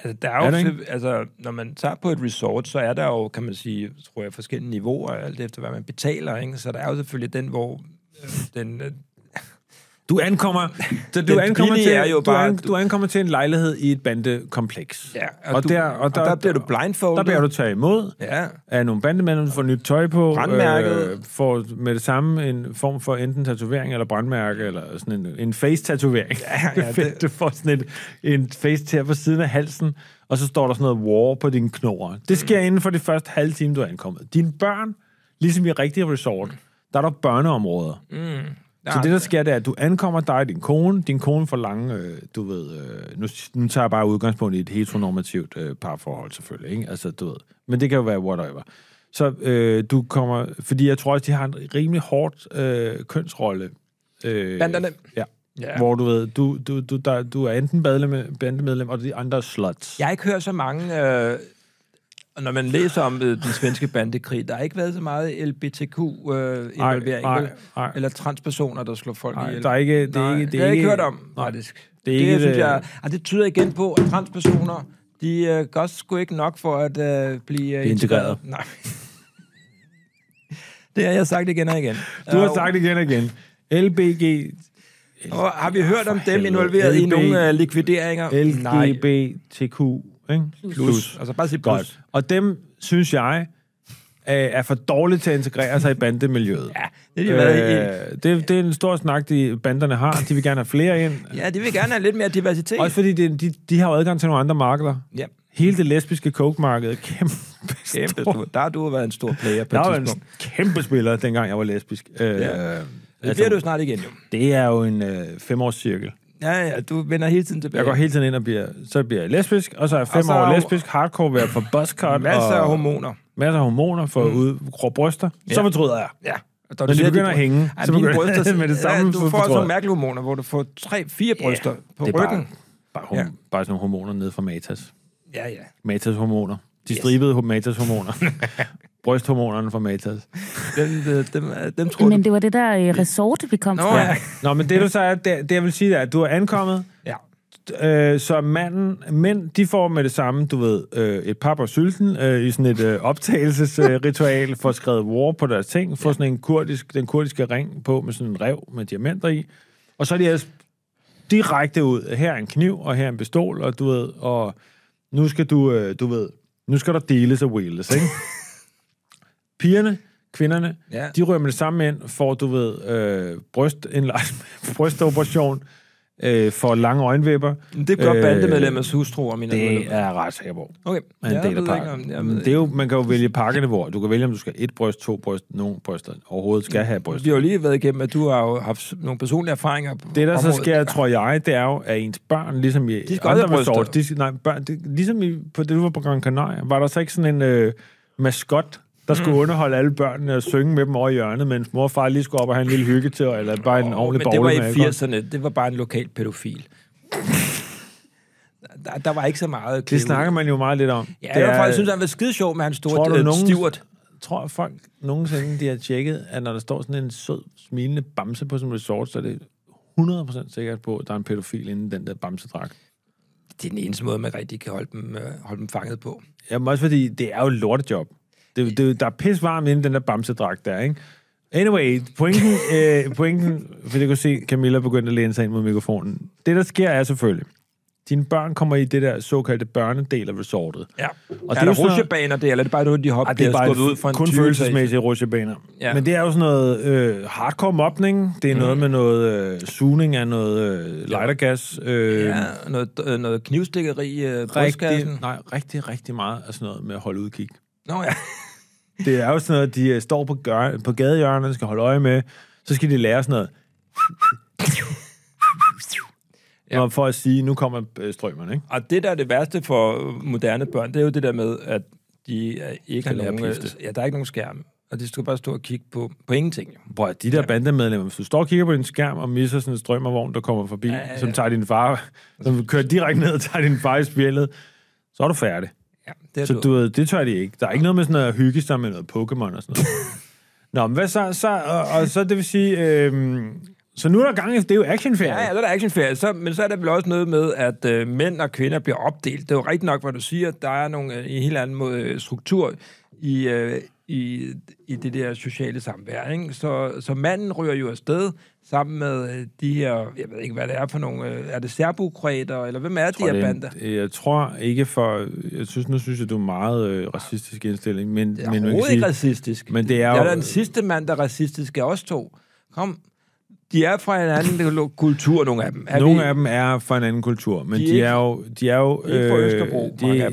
Speaker 1: Altså, der
Speaker 2: Er
Speaker 1: er jo,
Speaker 2: der
Speaker 1: er altså, når man tager på et resort, så er der jo, kan man sige, tror jeg, forskellige niveauer, alt efter hvad man betaler, ikke? Så der er jo selvfølgelig den, hvor øh, den, øh,
Speaker 2: Du ankommer, så du
Speaker 1: (laughs) Den
Speaker 2: ankommer,
Speaker 1: billige
Speaker 2: til,
Speaker 1: er jo
Speaker 2: du,
Speaker 1: bare-
Speaker 2: an, du ankommer til en lejlighed i et bandekompleks.
Speaker 1: Ja, og du- og der bliver du blindfoldet.
Speaker 2: Der bliver du taget imod
Speaker 1: Ja.
Speaker 2: af nogle bandemænd, du får nyt tøj på. øh,
Speaker 1: Brandmærket.
Speaker 2: får med det samme en form for enten tatovering eller brandmærke, eller sådan en, en face-tatovering.
Speaker 1: ja,
Speaker 2: (laughs)
Speaker 1: det-
Speaker 2: Fedt, du får sådan et, en face til på siden af halsen, og så står der sådan noget war på din knor.
Speaker 1: Mm.
Speaker 2: Det sker inden for det første halve time, du er ankommet. Dine børn, ligesom i rigtige resort, der er der børneområder. Så det, der sker, det er, at du ankommer dig og din kone. Din kone får lange, øh, du ved... Øh, nu, nu tager jeg bare udgangspunkt i et heteronormativt øh, parforhold, selvfølgelig. Ikke? Altså, du ved. Men det kan jo være whatever. Så øh, du kommer... Fordi jeg tror også, de har en rimelig hårdt øh, kønsrolle. Øh,
Speaker 1: Banderne.
Speaker 2: Ja.
Speaker 1: Ja.
Speaker 2: ja. Hvor du ved, du, du, du, der, du er enten bandemedlem, bandemedlem og de andre er sluts.
Speaker 1: Jeg har ikke hørt så mange... Øh, når man læser om øh, den svenske bandekrig, der har ikke været så meget LBTQ-involvering,
Speaker 2: Ej, ej,
Speaker 1: øh,
Speaker 2: ej.
Speaker 1: ej, øh, eller transpersoner, der slår folk
Speaker 2: Nej,
Speaker 1: ihjel.
Speaker 2: der er ikke... Det er
Speaker 1: Nej,
Speaker 2: ikke,
Speaker 1: det har jeg ikke hørt om,
Speaker 2: Nej, det,
Speaker 1: faktisk.
Speaker 2: det
Speaker 1: Det,
Speaker 2: er
Speaker 1: det,
Speaker 2: ikke
Speaker 1: ikke, synes
Speaker 2: et,
Speaker 1: jeg, og det tyder igen på, at transpersoner, de øh, gør sgu ikke nok for at øh, blive øh,
Speaker 2: integreret.
Speaker 1: Nej. (laughs) Det har jeg sagt igen og igen.
Speaker 2: du har sagt igen og igen. LBG,
Speaker 1: Og har vi hørt om dem
Speaker 2: helvede.
Speaker 1: involveret i
Speaker 2: LB.
Speaker 1: nogle øh, likvideringer? (laughs) Nej.
Speaker 2: LGBTQ, ikke? Plus.
Speaker 1: Plus. Altså bare sige plus.
Speaker 2: Godt. Og dem, synes jeg, øh, er for dårlige til at integrere sig i bandemiljøet.
Speaker 1: Ja, det
Speaker 2: Øh,
Speaker 1: har de været i.
Speaker 2: det, det er en stor snak, de banderne har. De vil gerne have flere ind.
Speaker 1: Ja, de vil gerne have lidt mere diversitet.
Speaker 2: Også fordi det, de, de har jo adgang til nogle andre markeder.
Speaker 1: Ja,
Speaker 2: Hele det lesbiske coke-marked er kæmpe, (laughs)
Speaker 1: kæmpe
Speaker 2: stort.
Speaker 1: stor. Der har du været en stor player på
Speaker 2: Jeg
Speaker 1: et
Speaker 2: var en
Speaker 1: tidspunkt.
Speaker 2: kæmpe spiller, dengang jeg var lesbisk. Øh,
Speaker 1: Ja. Det
Speaker 2: altså,
Speaker 1: bliver du snart igen, jo.
Speaker 2: det er jo en øh, femårscirkel.
Speaker 1: Ja, ja, du vender hele tiden tilbage.
Speaker 2: Jeg går hele tiden ind og bliver, så bliver jeg lesbisk, og så er jeg fem
Speaker 1: så er
Speaker 2: år
Speaker 1: jo-
Speaker 2: lesbisk, hardcore været for buzzcut.
Speaker 1: Masser
Speaker 2: og-
Speaker 1: af hormoner.
Speaker 2: masser af hormoner for mm. ud, grå bryster, ja. så fortryder jeg.
Speaker 1: Ja. Og
Speaker 2: de begynder at hænge, så begynder det (laughs) med det samme
Speaker 1: Ja, du får
Speaker 2: fortrød.
Speaker 1: sådan nogle mærkelige hormoner, hvor du får tre, fire bryster ja, på
Speaker 2: det er
Speaker 1: ryggen.
Speaker 2: Bare, hom-
Speaker 1: Ja.
Speaker 2: ja. bare sådan nogle hormoner ned fra Matas.
Speaker 1: Ja, ja.
Speaker 2: Matas hormoner. De stribede yes. Matas hormoner. (laughs) Brysthormonerne fra Matas.
Speaker 1: Dem, dem, dem, dem tror
Speaker 4: Men
Speaker 1: du...
Speaker 4: det var det der øh, resort, vi kom
Speaker 1: Nå,
Speaker 4: fra.
Speaker 1: ja.
Speaker 2: Nå, men det du så er, det, det jeg vil sige, er, at du er ankommet,
Speaker 1: ja.
Speaker 2: øh, så manden, mænd, de får med det samme, du ved, øh, et pap og sylten øh, i sådan et øh, (laughs) optagelsesritual, øh, får skrevet war på deres ting, får sådan en kurdisk, den kurdiske ring på med sådan en rev med diamanter i, og så er de ellers direkte ud, her er en kniv, og her er en pistol, og du ved, og nu skal du, øh, du ved, nu skal der deles og
Speaker 1: (laughs)
Speaker 2: wheels, ikke? Pigerne, kvinderne,
Speaker 1: Ja.
Speaker 2: de rører med det samme ind, får, du ved, øh, bryst, en (laughs) brystoperation, øh, får lange øjenvipper.
Speaker 1: Men Det gør øh, bandemedlemmers hustruer, mine
Speaker 2: Det
Speaker 1: medlemmer.
Speaker 2: er jeg ret sikker på.
Speaker 1: Okay.
Speaker 2: Er en
Speaker 1: Jeg
Speaker 2: del af
Speaker 1: ved ikke, om-
Speaker 2: pakken.
Speaker 1: jeg
Speaker 2: Men
Speaker 1: ved
Speaker 2: det er jo, man kan jo vælge pakkeniveauer. Du kan vælge, om du skal et bryst, to bryst, nogen bryster overhovedet skal have bryst.
Speaker 1: Vi har jo lige været igennem, at du har jo haft nogle personlige erfaringer på
Speaker 2: Det, der så
Speaker 1: området.
Speaker 2: sker, tror jeg, det er jo, at ens børn, ligesom i
Speaker 1: De skal også
Speaker 2: andre
Speaker 1: have bryster.
Speaker 2: resorts, de, skal- nej, børn, det, ligesom i, på det, du var på Gran Canaria, var der så ikke sådan en øh, maskot, der skulle
Speaker 1: Mm.
Speaker 2: underholde alle børnene og synge med dem over i hjørnet, mens mor og far lige skulle op og have en lille hygge til, eller bare en ordentlig
Speaker 1: Men det var
Speaker 2: bogle
Speaker 1: i 80'erne. Det var bare en lokal pædofil. (laughs) Der, der var ikke så meget at
Speaker 2: Det
Speaker 1: klippe ud.
Speaker 2: snakker man jo meget lidt om.
Speaker 1: Ja, det er, jeg synes, han var skide sjov med hans
Speaker 2: Tror
Speaker 1: store
Speaker 2: du,
Speaker 1: øh,
Speaker 2: nogen-
Speaker 1: stivert.
Speaker 2: tror folk nogensinde, de har tjekket, at når der står sådan en sød, smilende bamse på sådan en resort, så er det 100% sikkert på, at der er en pædofil inden den der bamsedrag.
Speaker 1: Det er den eneste måde, man rigtig kan holde dem, øh, holde dem fanget på.
Speaker 2: Jamen også fordi, det er jo et lortejob. Det, det, der er pis varmt inden den der bamsedragt der, ikke? Anyway, pointen, øh, pointen, for det kunne se, Camilla begyndte at læne sig ind mod mikrofonen. Det, der sker, er selvfølgelig, dine børn kommer i det der såkaldte børnedel af resortet.
Speaker 1: Ja.
Speaker 2: Og
Speaker 1: Og
Speaker 2: det
Speaker 1: er
Speaker 2: er
Speaker 1: det
Speaker 2: jo
Speaker 1: der
Speaker 2: sådan-
Speaker 1: rutsjebaner der, eller er det bare noget, de hopper,
Speaker 2: Ej, det er bare
Speaker 1: skubbet ud fra en
Speaker 2: kun
Speaker 1: 20-etage?
Speaker 2: følelsesmæssige rutsjebaner.
Speaker 1: Ja.
Speaker 2: Ja. Men det er jo sådan noget øh, hardcore mobning. Det er noget med noget øh, sugning af noget øh, lightergas. Øh, ja.
Speaker 1: Ja, noget, øh, noget knivstikkeri i øh, brystkassen.
Speaker 2: rigtig, nej, rigtig, rigtig meget af sådan noget med at holde udkig.
Speaker 1: Nå ja.
Speaker 2: Det er jo sådan noget, de øh, står på, gør, på gadehjørnet og skal holde øje med. Så skal de lære sådan noget. Ja. For at sige, nu kommer øh, strømmerne, ikke?
Speaker 1: Og det, der er det værste for øh, moderne børn, det er jo det der med, at de øh, ikke har
Speaker 2: Skal
Speaker 1: nogen...
Speaker 2: lære at
Speaker 1: øh,
Speaker 2: pifte.
Speaker 1: Ja, der er ikke nogen skærm. Og de skal bare stå og kigge på, på ingenting. jo.
Speaker 2: Prøv at de der bandemedlemmer, hvis du står og kigger på din skærm og misser sådan en strømmervogn, der kommer forbi, ja, ja, ja. som tager din far, som kører direkte ned og tager din far i spjældet, så er du færdig.
Speaker 1: Ja, det er
Speaker 2: Så du, ved, det tør de ikke. Der er ikke noget med sådan noget at hygge sig med noget Pokémon og sådan (laughs) noget. Nå, men hvad så? så og, og så det vil sige... Øhm, så nu er der gang i, det er jo actionferie.
Speaker 1: Ja, ja, så er der actionferie. Så, men så er der vel også noget med, at øh, mænd og kvinder bliver opdelt. Det er jo rigtigt nok, hvad du siger. Der er nogle, øh, en helt anden måde, øh, struktur i, øh, i, i det der sociale samvær. Ikke? Så, så manden ryger jo afsted sammen med øh, de her, jeg ved ikke, hvad det er for nogle, øh, er det serbukræter, eller hvem er de
Speaker 2: Og
Speaker 1: her
Speaker 2: det-
Speaker 1: bander?
Speaker 2: Jeg tror ikke for... Jeg synes, nu synes jeg, du er meget øh, racistisk indstilling, men...
Speaker 1: Det er
Speaker 2: men man kan
Speaker 1: overhovedet
Speaker 2: sige-
Speaker 1: ikke racistisk.
Speaker 2: Men det er
Speaker 1: Jeg
Speaker 2: jo...
Speaker 1: er da den sidste mand, der er racistisk af os to. Kom, de er fra en anden (laughs) kultur, nogle af dem. Er
Speaker 2: Nogle
Speaker 1: vi-
Speaker 2: af dem er fra en anden kultur, men
Speaker 1: De er
Speaker 2: de,
Speaker 1: ikke-
Speaker 2: er jo... De er jo øh,
Speaker 1: de er ikke fra Østerbro, mange af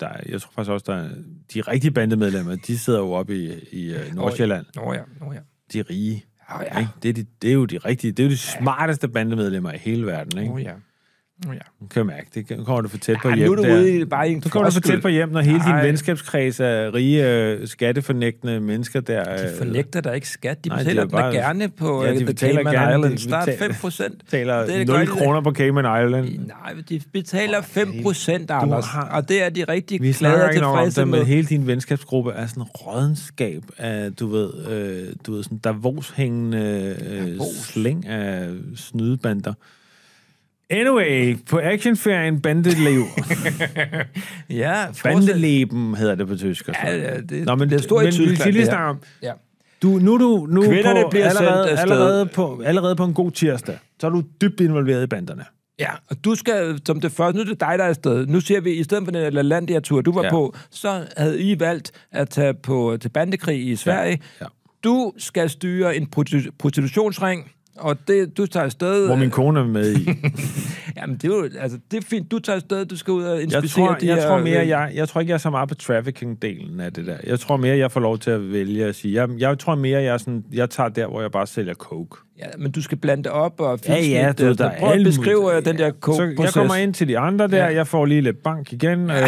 Speaker 2: Der, er- jeg tror faktisk også, der er, de rigtige bandemedlemmer, de sidder jo oppe i, i øh, Nordsjælland.
Speaker 1: Nå ja, nå ja.
Speaker 2: De er rige.
Speaker 1: Nå ja.
Speaker 2: Ikke? Det, er de, det er jo de rigtige, det er jo de smarteste bandemedlemmer i hele verden, ikke?
Speaker 1: Nå ja. Nå ja.
Speaker 2: Du kan mærke, det kan- kommer du for tæt på
Speaker 1: Ej,
Speaker 2: hjem
Speaker 1: nu er du
Speaker 2: der.
Speaker 1: ude i bare i en
Speaker 2: Du kommer du for tæt på hjem, når hele
Speaker 1: Nej.
Speaker 2: din venskabskreds er rige, øh, skattefornægtende mennesker der.
Speaker 1: De
Speaker 2: øh,
Speaker 1: fornægter der ikke skat. De
Speaker 2: Nej, de
Speaker 1: betaler
Speaker 2: er
Speaker 1: den der
Speaker 2: bare-
Speaker 1: gerne på øh,
Speaker 2: Ja,
Speaker 1: ja,
Speaker 2: de
Speaker 1: The
Speaker 2: betaler
Speaker 1: Cayman
Speaker 2: gerne- de
Speaker 1: Islands. Der er
Speaker 2: betaler-
Speaker 1: 5 procent.
Speaker 2: Betaler
Speaker 1: Det gør
Speaker 2: 0
Speaker 1: de.
Speaker 2: kroner på Cayman Island.
Speaker 1: Nej, de betaler 5 procent, Anders.
Speaker 2: har-
Speaker 1: Og det er de rigtig
Speaker 2: Vi
Speaker 1: glade
Speaker 2: snakker
Speaker 1: og
Speaker 2: ikke nok om
Speaker 1: tilfredse
Speaker 2: det,
Speaker 1: med.
Speaker 2: men hele din venskabsgruppe er sådan en rådenskab af, du ved, øh, du ved sådan Davos-hængende øh,
Speaker 1: Davos.
Speaker 2: slæng af snydebander. Anyway, på actionferien bandeliv.
Speaker 1: Ja, (laughs) fortsæt.
Speaker 2: Bandeleben hedder det på tysk. Og sådan.
Speaker 1: Ja, det- det er stort i
Speaker 2: men vi skal
Speaker 1: Tyskland,
Speaker 2: lige
Speaker 1: det her.
Speaker 2: snakke om-
Speaker 1: Ja.
Speaker 2: Du, nu er du nu er
Speaker 1: Kvinderne
Speaker 2: på,
Speaker 1: bliver sendt
Speaker 2: allerede,
Speaker 1: afsted.
Speaker 2: allerede, på, allerede på en god tirsdag, så er du dybt involveret i banderne.
Speaker 1: Ja, og du skal som det første, nu er det dig, der er afsted. Nu ser vi, i stedet for den Lalandia-tur, du var ja.
Speaker 2: Ja.
Speaker 1: på, så havde I valgt at tage på, til bandekrig i Sverige.
Speaker 2: Ja.
Speaker 1: Du skal styre en prostitu- prostitutionsring, og det, du tager afsted...
Speaker 2: Hvor min kone er med i.
Speaker 1: Jamen, det er jo, altså, det er fint. Du tager afsted, du skal ud og
Speaker 2: (laughs) Jeg
Speaker 1: inspicere
Speaker 2: tror,
Speaker 1: de
Speaker 2: jeg
Speaker 1: her,
Speaker 2: tror mere,
Speaker 1: øh,
Speaker 2: jeg, jeg tror ikke, jeg er så meget på trafficking-delen af det der. Jeg tror mere, jeg får lov til at vælge at sige, jeg, jeg tror mere, jeg, er sådan, jeg tager der, hvor jeg bare sælger coke.
Speaker 1: Ja, men du skal blande det op og
Speaker 2: Ja, ja,
Speaker 1: lidt,
Speaker 2: du ved,
Speaker 1: altså,
Speaker 2: der er
Speaker 1: Prøv at
Speaker 2: alle
Speaker 1: beskrive
Speaker 2: mulige-
Speaker 1: øh, den der
Speaker 2: Så
Speaker 1: coke
Speaker 2: jeg kommer ind til de andre der,
Speaker 1: Ja.
Speaker 2: jeg får lige lidt bank igen, øh,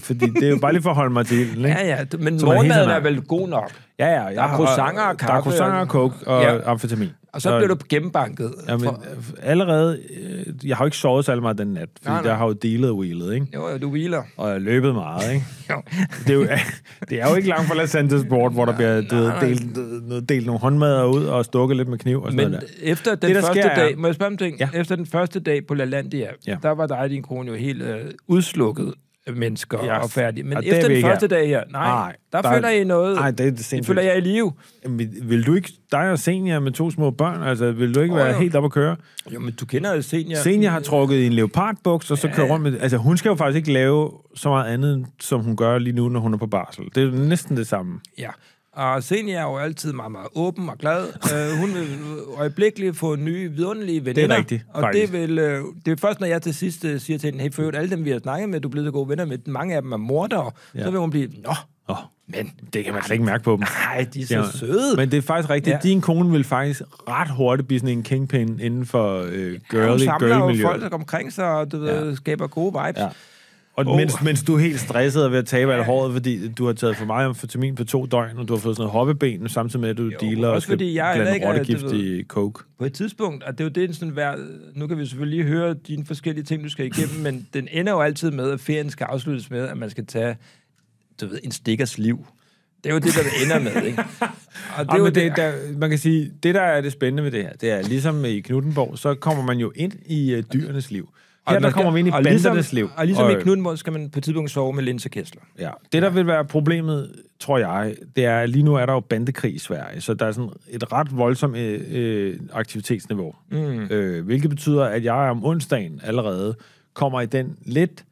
Speaker 2: fordi det er jo bare lige for at holde mig til ilden, ikke?
Speaker 1: Ja, ja, du- men
Speaker 2: Så man
Speaker 1: morgenmaden
Speaker 2: hilser
Speaker 1: er
Speaker 2: mig.
Speaker 1: vel god nok.
Speaker 2: Ja, ja. Jeg
Speaker 1: er
Speaker 2: har-
Speaker 1: croissanter og
Speaker 2: Der er
Speaker 1: kaffe
Speaker 2: croissanter
Speaker 1: og-
Speaker 2: og coke og
Speaker 1: Ja.
Speaker 2: ja. amfetamin.
Speaker 1: Og så bliver du gennembanket.
Speaker 2: Jamen,
Speaker 1: for,
Speaker 2: øh, allerede... Øh, jeg har jo ikke sovet særlig meget den nat, fordi
Speaker 1: Nej, nej.
Speaker 2: jeg har jo dealet og wheelet, ikke?
Speaker 1: jo, jo, du hviler.
Speaker 2: Og jeg har løbet meget, ikke?
Speaker 1: Jo.
Speaker 2: det, er jo, (laughs) det er jo ikke langt fra La Santes Sport, hvor der bliver du ved, delt, noget- delt nogle håndmadder ud og stukket lidt med kniv og sådan
Speaker 1: Men
Speaker 2: noget der.
Speaker 1: efter den
Speaker 2: Det, der
Speaker 1: første
Speaker 2: sker, er-
Speaker 1: dag, må jeg spørge om en ting?
Speaker 2: Ja.
Speaker 1: Efter den første dag på LaLandia,
Speaker 2: Ja.
Speaker 1: der var dig og din kone jo helt øh, udslukket af mennesker
Speaker 2: Ja,
Speaker 1: og færdige. Men
Speaker 2: og det
Speaker 1: efter
Speaker 2: vil
Speaker 1: den
Speaker 2: ikke
Speaker 1: første
Speaker 2: jeg.
Speaker 1: dag her, nej,
Speaker 2: Nej,
Speaker 1: der,
Speaker 2: der-
Speaker 1: føler I noget.
Speaker 2: Nej, det er
Speaker 1: I
Speaker 2: sindssygt.
Speaker 1: føler jeg i live.
Speaker 2: Jamen, vil du ikke, dig og senior med to små børn, altså vil du ikke
Speaker 1: Åh,
Speaker 2: være
Speaker 1: jo.
Speaker 2: helt op at køre?
Speaker 1: Jo, men du kender jo senior.
Speaker 2: Senior har trukket i en leopardbuks, og så kører rundt med... Altså, hun skal jo faktisk ikke lave så meget andet, som hun gør lige nu, når hun er på barsel. Det er jo næsten det samme.
Speaker 1: Ja, og Senia er jo altid meget, meget åben og glad. Uh, hun vil øjeblikkeligt få nye vidunderlige veninder.
Speaker 2: rigtigt,
Speaker 1: Og
Speaker 2: faktisk.
Speaker 1: det, vil, øh, det er først, når jeg til sidst øh, siger til hende, hey, for øvrigt, alle dem, vi har snakket med, du er blevet så gode venner med, mange af dem er mordere. Ja.
Speaker 2: Ja.
Speaker 1: Så vil hun blive, nå,
Speaker 2: Oh,
Speaker 1: men
Speaker 2: det kan man slet ikke mærke på dem.
Speaker 1: nej, de er så
Speaker 2: Ja,
Speaker 1: søde. Men
Speaker 2: Men det er faktisk rigtigt.
Speaker 1: Ja.
Speaker 2: Ja. Din kone vil faktisk ret hurtigt blive sådan en kingpin inden for øh,
Speaker 1: hun
Speaker 2: girly,
Speaker 1: samler
Speaker 2: girl
Speaker 1: jo
Speaker 2: miljøet
Speaker 1: folk der omkring sig, og du ved, skaber gode vibes. Ja.
Speaker 2: Ja. Og oh. mens, mens du er helt stresset og ved at tabe alt håret, fordi du har taget for meget amfetamin på to døgn, og du har fået sådan noget hoppeben, samtidig med, at du jo, dealer og
Speaker 1: også
Speaker 2: skal
Speaker 1: fordi jeg heller
Speaker 2: blande
Speaker 1: ikke er,
Speaker 2: rottegift
Speaker 1: du ved-
Speaker 2: i coke.
Speaker 1: På et tidspunkt, og det er jo det, sådan hver, nu kan vi selvfølgelig lige høre dine forskellige ting, du skal igennem, men den ender jo altid med, at ferien skal afsluttes med, at man skal tage, du ved, en stikkers liv. Det er jo det, der det ender med,
Speaker 2: (laughs)
Speaker 1: ikke? Og det er
Speaker 2: Det ja,
Speaker 1: jo
Speaker 2: Ah,
Speaker 1: det,
Speaker 2: men det, der, man kan sige, det der er det spændende ved det her, det er ligesom i Knuttenborg, så kommer man jo ind i øh, dyrenes liv. Her der
Speaker 1: man
Speaker 2: kommer
Speaker 1: skal-
Speaker 2: vi ind i
Speaker 1: og
Speaker 2: bandernes liv.
Speaker 1: Og ligesom i Knudmund skal man på et tidspunkt sove med Linse Kessler.
Speaker 2: Ja. Det, der vil være problemet, tror jeg, det er, at lige nu er der jo bandekrig i Sverige, så der er sådan et ret voldsomt øh, øh, aktivitetsniveau. Mm. Øh, hvilket betyder, at jeg om onsdagen allerede kommer i den lidt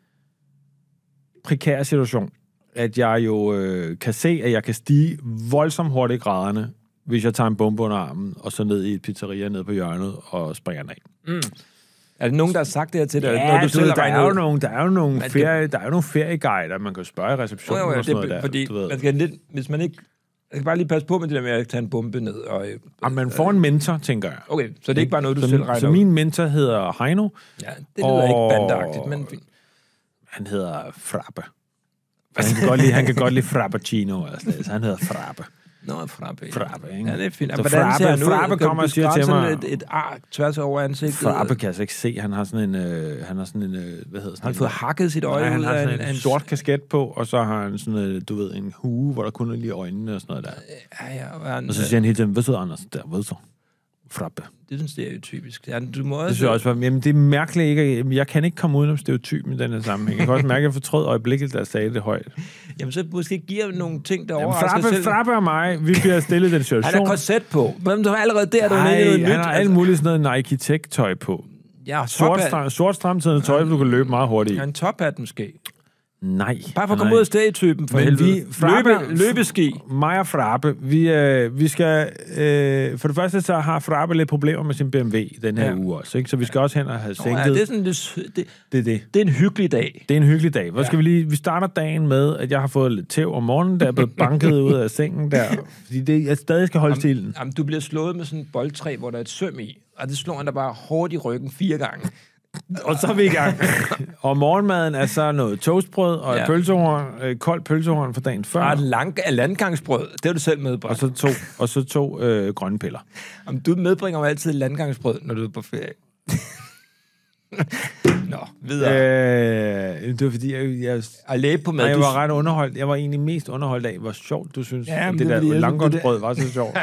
Speaker 2: prekære situation, at jeg jo øh, kan se, at jeg kan stige voldsomt hurtigt i graderne, hvis jeg tager en bombe under armen, og så ned i et pizzeria nede på hjørnet og springer den af.
Speaker 1: Er det nogen, der har sagt det her til dig?
Speaker 2: Ja,
Speaker 1: Noget,
Speaker 2: du
Speaker 1: selv
Speaker 2: ved,
Speaker 1: har
Speaker 2: der,
Speaker 1: regnet
Speaker 2: er jo
Speaker 1: ud?
Speaker 2: nogle, der er jo nogle,
Speaker 1: det-
Speaker 2: ferie, der er jo nogle ferieguider, man kan spørge i receptionen
Speaker 1: Jo, jo, jo,
Speaker 2: og sådan
Speaker 1: det,
Speaker 2: noget der.
Speaker 1: fordi
Speaker 2: du ved.
Speaker 1: man skal lidt, hvis man ikke... Jeg skal bare lige passe på med det der med at tage en bombe ned. Og, øh,
Speaker 2: Jamen, man får en mentor, tænker jeg.
Speaker 1: okay, så det er ikke bare noget, du
Speaker 2: så,
Speaker 1: selv regner
Speaker 2: Så min mentor hedder Heino.
Speaker 1: ud. Ja, det lyder ikke
Speaker 2: Åh.
Speaker 1: bandagtigt, men fint.
Speaker 2: Han hedder Frappe. Han kan godt lide, han kan godt lide Frappuccino. og sådan noget, Så han hedder Frappe.
Speaker 1: Nå, frappe.
Speaker 2: Frappe, ikke?
Speaker 1: Ja, det er fint. Og
Speaker 2: Så
Speaker 1: hvordan
Speaker 2: frappe-
Speaker 1: ser han ud?
Speaker 2: frappe
Speaker 1: Du-
Speaker 2: kommer
Speaker 1: du
Speaker 2: og siger til
Speaker 1: skræller
Speaker 2: mig-
Speaker 1: Sådan et, et ark tværs over ansigtet.
Speaker 2: Frappe kan jeg altså ikke se. Han har sådan en... Øh, han har sådan en øh, hvad hedder sådan
Speaker 1: Han har
Speaker 2: en-
Speaker 1: fået hakket sit øje
Speaker 2: Nej, han
Speaker 1: ud
Speaker 2: har
Speaker 1: af
Speaker 2: sådan
Speaker 1: en,
Speaker 2: en,
Speaker 1: af
Speaker 2: en, sort kasket på, og så har han sådan øh, du ved, en hue, hvor der kun er lige øjnene og sådan noget der.
Speaker 1: Ja, ja, og han,
Speaker 2: Og så siger han hele tiden, hvad så Anders? Der, hvad så? frappe.
Speaker 1: Det synes jeg er jo typisk. Ja, du må også...
Speaker 2: Det synes jeg også var, jamen, det er mærkeligt ikke, at- jeg kan ikke komme udenom stereotypen i den her sammenhæng. Jeg kan også mærke, at jeg fortrød øjeblikket, da jeg sagde det højt.
Speaker 1: Jamen, så måske giver nogle ting, der
Speaker 2: Jamen,
Speaker 1: overrasker
Speaker 2: frappe,
Speaker 1: selv.
Speaker 2: frappe af mig, vi bliver stillet i den situation.
Speaker 1: Han har korset på. Men du har allerede der, du er
Speaker 2: Nej,
Speaker 1: ikke
Speaker 2: han
Speaker 1: noget
Speaker 2: har
Speaker 1: nyt.
Speaker 2: alt muligt sådan noget Nike Tech-tøj på.
Speaker 1: Ja,
Speaker 2: Sort,
Speaker 1: tophat.
Speaker 2: stram, sort stramtidende tøj, du kan løbe meget hurtigt i.
Speaker 1: Ja, en tophat måske.
Speaker 2: Nej.
Speaker 1: Bare for at komme
Speaker 2: nej.
Speaker 1: ud af stereotypen for
Speaker 2: Men
Speaker 1: helvede.
Speaker 2: vi- frappe-
Speaker 1: Løbe, løbeski.
Speaker 2: Mig og Frappe, vi, øh, vi skal... Øh, for det første så har Frappe lidt problemer med sin BMW i den her
Speaker 1: Ja.
Speaker 2: ja. uge også, ikke? Så vi skal også hen og have
Speaker 1: Nå,
Speaker 2: sænket...
Speaker 1: ja, det, er sådan, det, det,
Speaker 2: det er det.
Speaker 1: det er en hyggelig dag.
Speaker 2: Det er en hyggelig dag. Hvor
Speaker 1: Ja.
Speaker 2: skal vi lige... Vi starter dagen med, at jeg har fået lidt tæv om morgenen, der er blevet
Speaker 1: (laughs)
Speaker 2: banket ud af sengen der. Fordi det, jeg stadig skal holde stilen.
Speaker 1: Jamen, du bliver slået med sådan en boldtræ, hvor der er et søm i. Og det slår han da bare hårdt i ryggen fire gange.
Speaker 2: Og så er vi i gang. (laughs) og morgenmaden er så noget toastbrød og
Speaker 1: Ja.
Speaker 2: ja. Ah, pølsehorn, øh, koldt pølsehorn fra dagen før.
Speaker 1: Og et lang, et landgangsbrød. Det har du selv
Speaker 2: Og
Speaker 1: medbragt.
Speaker 2: så to, og så to øh, grønne piller.
Speaker 1: Jamen, du medbringer jo altid landgangsbrød, når du er på ferie. (laughs) Nå, videre. Øh,
Speaker 2: Øh, det var fordi, jeg, jeg,
Speaker 1: og læbe på mad.
Speaker 2: nej, jeg
Speaker 1: du- (laughs)
Speaker 2: var ret underholdt. Jeg var egentlig mest underholdt af, hvor sjovt du synes,
Speaker 1: Ja,
Speaker 2: ja,
Speaker 1: men
Speaker 2: at
Speaker 1: det
Speaker 2: det,
Speaker 1: er fordi,
Speaker 2: der
Speaker 1: jeg-
Speaker 2: langgangsbrød var så
Speaker 1: (laughs)
Speaker 2: sjovt.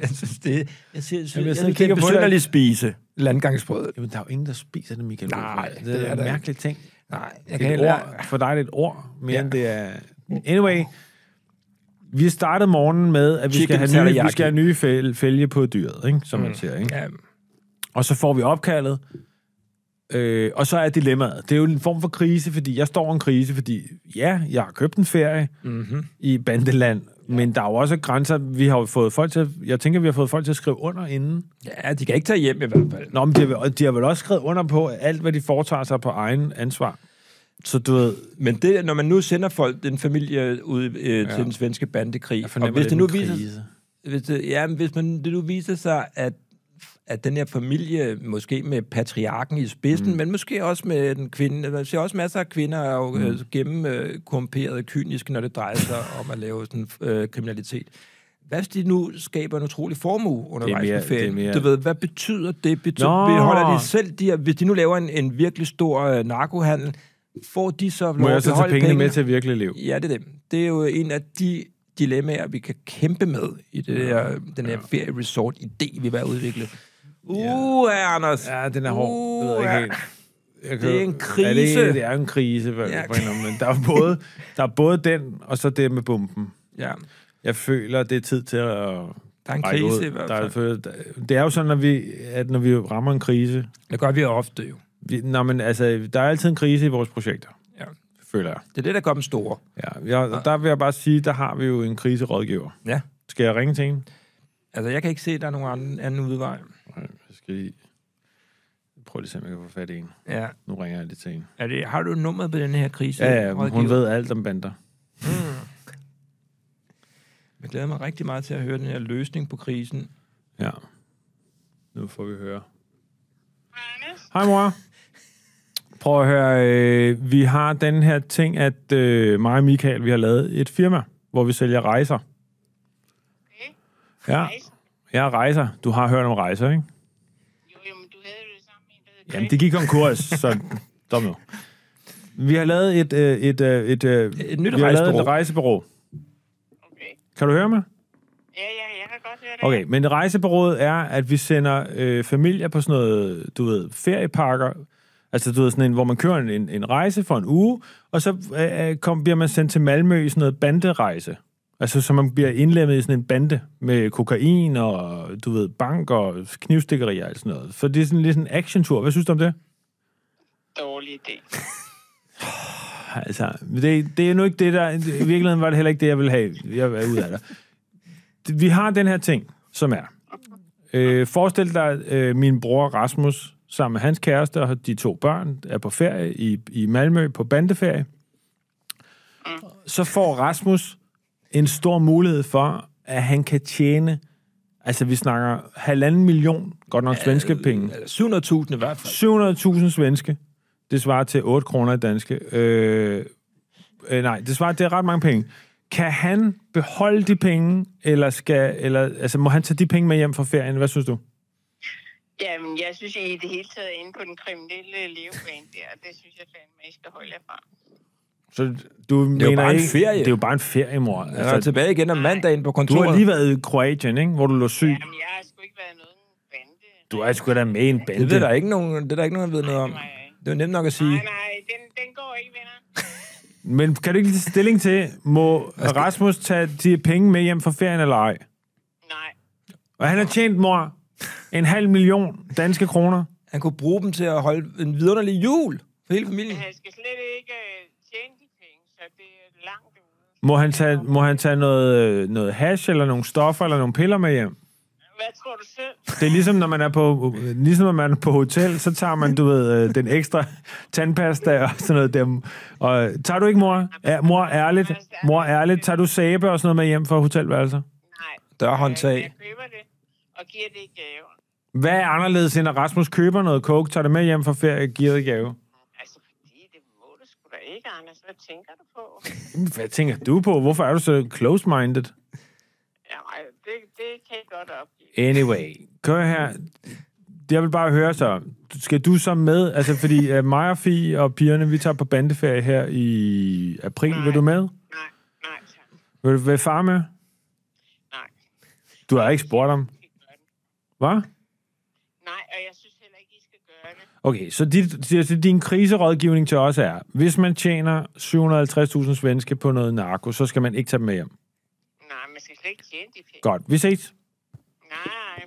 Speaker 1: jeg synes, det jeg siger, jeg synes, jeg
Speaker 2: Jamen, jeg sidder og
Speaker 1: synes, det er
Speaker 2: kigger
Speaker 1: en
Speaker 2: på det.
Speaker 1: besynderlig spise. Landgangsbrød.
Speaker 2: Jamen, der er jo ingen, der spiser det, Michael.
Speaker 1: Nej,
Speaker 2: Olsen.
Speaker 1: det
Speaker 2: det
Speaker 1: er
Speaker 2: er en
Speaker 1: der
Speaker 2: mærkelig ting.
Speaker 1: Nej, jeg
Speaker 2: Det er
Speaker 1: kan
Speaker 2: et
Speaker 1: heller...
Speaker 2: ord, for dig er det et ord, mere
Speaker 1: Ja.
Speaker 2: ja. end det er... Anyway, vi startede morgenen med, at vi
Speaker 1: Chicken
Speaker 2: skal, have nye,
Speaker 1: teriyaki.
Speaker 2: vi skal have nye fæl, fælge på dyret, ikke? som mm. man siger. Ikke?
Speaker 1: Ja,
Speaker 2: Og så får vi opkaldet. Øh, og så er dilemmaet. Det er jo en form for krise, fordi jeg står i en krise, fordi ja, jeg har købt en ferie mm-hmm. i Bandeland, men der er jo også grænser. Vi har jo fået folk til, at- jeg tænker, vi har fået folk til at skrive under inden.
Speaker 1: ja, de kan ikke tage hjem i hvert fald.
Speaker 2: Nå, men de har, vel- og de har vel også skrevet under på at alt, hvad de foretager sig på egen ansvar. Så du ved,
Speaker 1: Men det, når man nu sender folk, den familie, ud øh, ja. til den svenske bandekrig, og hvis det nu viser, hvis det, ja, men hvis man, det nu viser sig, at, at den her familie, måske med patriarken i spidsen, mm. men måske også med den kvinde, man ser også masser af kvinder er jo mm. gennemkorrumperet øh, kynisk, når det drejer sig om at lave sådan øh, kriminalitet. Hvad hvis de nu skaber en utrolig formue undervejs mere,
Speaker 2: Det er mere-
Speaker 1: på ferien?
Speaker 2: det er
Speaker 1: Mere...
Speaker 2: mere-
Speaker 1: Du ved, hvad betyder det? Betyder,
Speaker 2: Nå!
Speaker 1: holder de selv de her, hvis de nu laver en, en virkelig stor øh, narkohandel, får de så lov
Speaker 2: Må jeg
Speaker 1: at
Speaker 2: så tage
Speaker 1: beholde
Speaker 2: pengene, med til virkelig liv?
Speaker 1: Ja, det er det. Det er jo en af de dilemmaer, vi kan kæmpe med i det der, den her ferie-resort-idé, vi har udviklet. Uh, Anders!
Speaker 2: Ja, den er hård. Det ved jeg
Speaker 1: Uh,
Speaker 2: ikke helt.
Speaker 1: Det er en
Speaker 2: Jeg Ja, det,
Speaker 1: krise.
Speaker 2: er, det er en krise, for,
Speaker 1: Ja.
Speaker 2: ja. for en men der er, både, der er både den, og så det med bomben.
Speaker 1: Ja,
Speaker 2: Jeg føler, det er tid til at... Der
Speaker 1: er en krise i hvert
Speaker 2: Der
Speaker 1: fald.
Speaker 2: er, føler, der- det er jo sådan, at, vi, at når vi rammer en krise...
Speaker 1: det gør vi ofte jo.
Speaker 2: Vi, nå, men altså, der er altid en krise i vores projekter,
Speaker 1: Ja.
Speaker 2: føler jeg.
Speaker 1: Det er det, der gør dem store.
Speaker 2: Ja, jeg der vil jeg bare sige, der har vi jo en kriserådgiver.
Speaker 1: Ja.
Speaker 2: Skal jeg ringe til en?
Speaker 1: Altså, jeg kan ikke se, at der er nogen anden, anden udvej.
Speaker 2: Nej, jeg skal lige... Prøv lige at se, om jeg kan få fat i en.
Speaker 1: Ja.
Speaker 2: Nu ringer jeg lige til en.
Speaker 1: Er det, har du nummeret på den her krise?
Speaker 2: Ja, ja, men
Speaker 1: rådgiver?
Speaker 2: hun ved alt om bander.
Speaker 1: Jeg glæder mig rigtig meget til at høre den her løsning på krisen.
Speaker 2: Ja. Nu får vi høre. Hej mor. Prøv at høre, øh, vi har den her ting, at øh, mig og Michael, vi har lavet et firma, hvor vi sælger rejser. Okay. Ja,
Speaker 5: Rejser?
Speaker 2: ja, rejser. Du har hørt om rejser, ikke?
Speaker 5: Jo, jo, men du havde jo det sammen med en, der hed
Speaker 2: Jamen, det
Speaker 5: Chris.
Speaker 2: gik konkurs, så (laughs) stop nu. Vi har lavet et, øh, et, øh, et, øh,
Speaker 1: Et nyt
Speaker 2: vi har lavet
Speaker 1: rejsebureau.
Speaker 2: et rejsebureau.
Speaker 5: Okay.
Speaker 2: Kan du høre mig?
Speaker 5: Ja, ja, jeg kan godt høre det.
Speaker 2: Okay, men rejsebureauet er, at vi sender øh, familier på sådan noget, du ved, feriepakker. Altså, du ved, sådan en, hvor man kører en- en, en rejse for en uge, og så øh, øh, kom, bliver man sendt til Malmø i sådan noget banderejse. Altså, så man bliver indlemmet i sådan en bande med kokain og, du ved, bank og knivstikkerier og sådan noget. Så det er sådan lidt en actiontur. Hvad synes du om det?
Speaker 5: Dårlig idé.
Speaker 2: Altså, det, det er nu ikke det, der... I virkeligheden var det heller ikke det, jeg ville have. Jeg er ud af det. Det- Vi har den her ting, som er... Øh, forestil dig, øh, min bror Rasmus sammen med hans kæreste og de to børn er på ferie i, i Malmø på bandeferie. Så får Rasmus en stor mulighed for, at han kan tjene... Altså, vi snakker halvanden million, godt nok svenske penge.
Speaker 1: Eller 700.000 Øh, i hvert fald.
Speaker 2: 700.000 svenske. Det svarer til 8 kroner i danske. Øh, øh, nej, det svarer til ret mange penge. Kan han beholde de penge, eller, skal, eller altså, må han tage de penge med hjem fra ferien? Hvad synes du?
Speaker 5: Jamen, jeg synes, I er i det hele taget inde på den kriminelle levebane der, og det synes jeg fandme, I skal holde jer fra.
Speaker 2: Så du det
Speaker 1: jo
Speaker 2: mener
Speaker 1: bare en
Speaker 2: ikke,
Speaker 1: ferie.
Speaker 2: Det er jo bare en ferie, mor.
Speaker 1: Jeg er
Speaker 2: Altså,
Speaker 1: tilbage igen om mandagen på
Speaker 2: du
Speaker 1: kontoret.
Speaker 2: har lige været i Kroatien, ikke? hvor du lå syg.
Speaker 5: Jamen, jeg har sgu ikke været nogen bande.
Speaker 2: Du er sgu da med i en bande.
Speaker 1: Det ved der ikke nogen, det er der ikke nogen, der ved noget om.
Speaker 5: Nej, nej.
Speaker 1: Det er jo nemt nok at sige.
Speaker 5: Nej, nej, den, den går ikke, venner.
Speaker 2: Men kan du ikke lige tage stilling til, må Rasmus tage de penge med hjem fra ferien eller ej?
Speaker 5: Nej.
Speaker 2: Og han har tjent, mor, en halv million danske kroner.
Speaker 1: Han kunne bruge dem til at holde en vidunderlig jul for hele familien.
Speaker 5: Han skal slet ikke øh, tjene de penge, så det er langt ude.
Speaker 2: Må han tage, må han tage noget, øh, noget hash eller nogle stoffer eller nogle piller med hjem?
Speaker 5: Hvad tror du selv?
Speaker 2: Det er ligesom, når man er på, øh, ligesom når man er på hotel, så tager man, du ved, øh, den ekstra tandpasta og sådan noget dem. Og øh, tager du ikke, mor? Ja, mor, ærligt. Mor, ærligt. Tager du sæbe og sådan noget med hjem fra hotelværelser?
Speaker 5: Nej.
Speaker 1: Dørhåndtag.
Speaker 5: Jeg køber det og giver det i gave.
Speaker 2: Hvad er anderledes, end at Rasmus køber noget coke, tager det med hjem fra ferie og giver det i gave?
Speaker 5: Altså, fordi det må du sgu da ikke, Anders. Hvad tænker du på?
Speaker 2: Hvad tænker du på? Hvorfor er du så close-minded?
Speaker 5: Ja, nej, det, det kan jeg godt opgive.
Speaker 2: Anyway, kør her. Jeg vil bare høre så. Skal du så med? Altså, fordi uh, mig og Fie og pigerne, vi tager på bandeferie her i april. Nej. Vil du med?
Speaker 5: Nej, nej, tak.
Speaker 2: Vil du være far med?
Speaker 5: Nej,
Speaker 2: Du har ikke spurgt om.
Speaker 5: ikke gøre det.
Speaker 2: Hvad?
Speaker 5: Nej, og jeg synes heller ikke, I skal gøre det.
Speaker 2: Okay, så dit, så din kriserådgivning til os er, hvis man tjener 750.000 svenske på noget narko, så skal man ikke tage dem med hjem.
Speaker 5: Nej, man skal slet ikke tjene de penge.
Speaker 2: Godt, vi ses.
Speaker 5: Nej,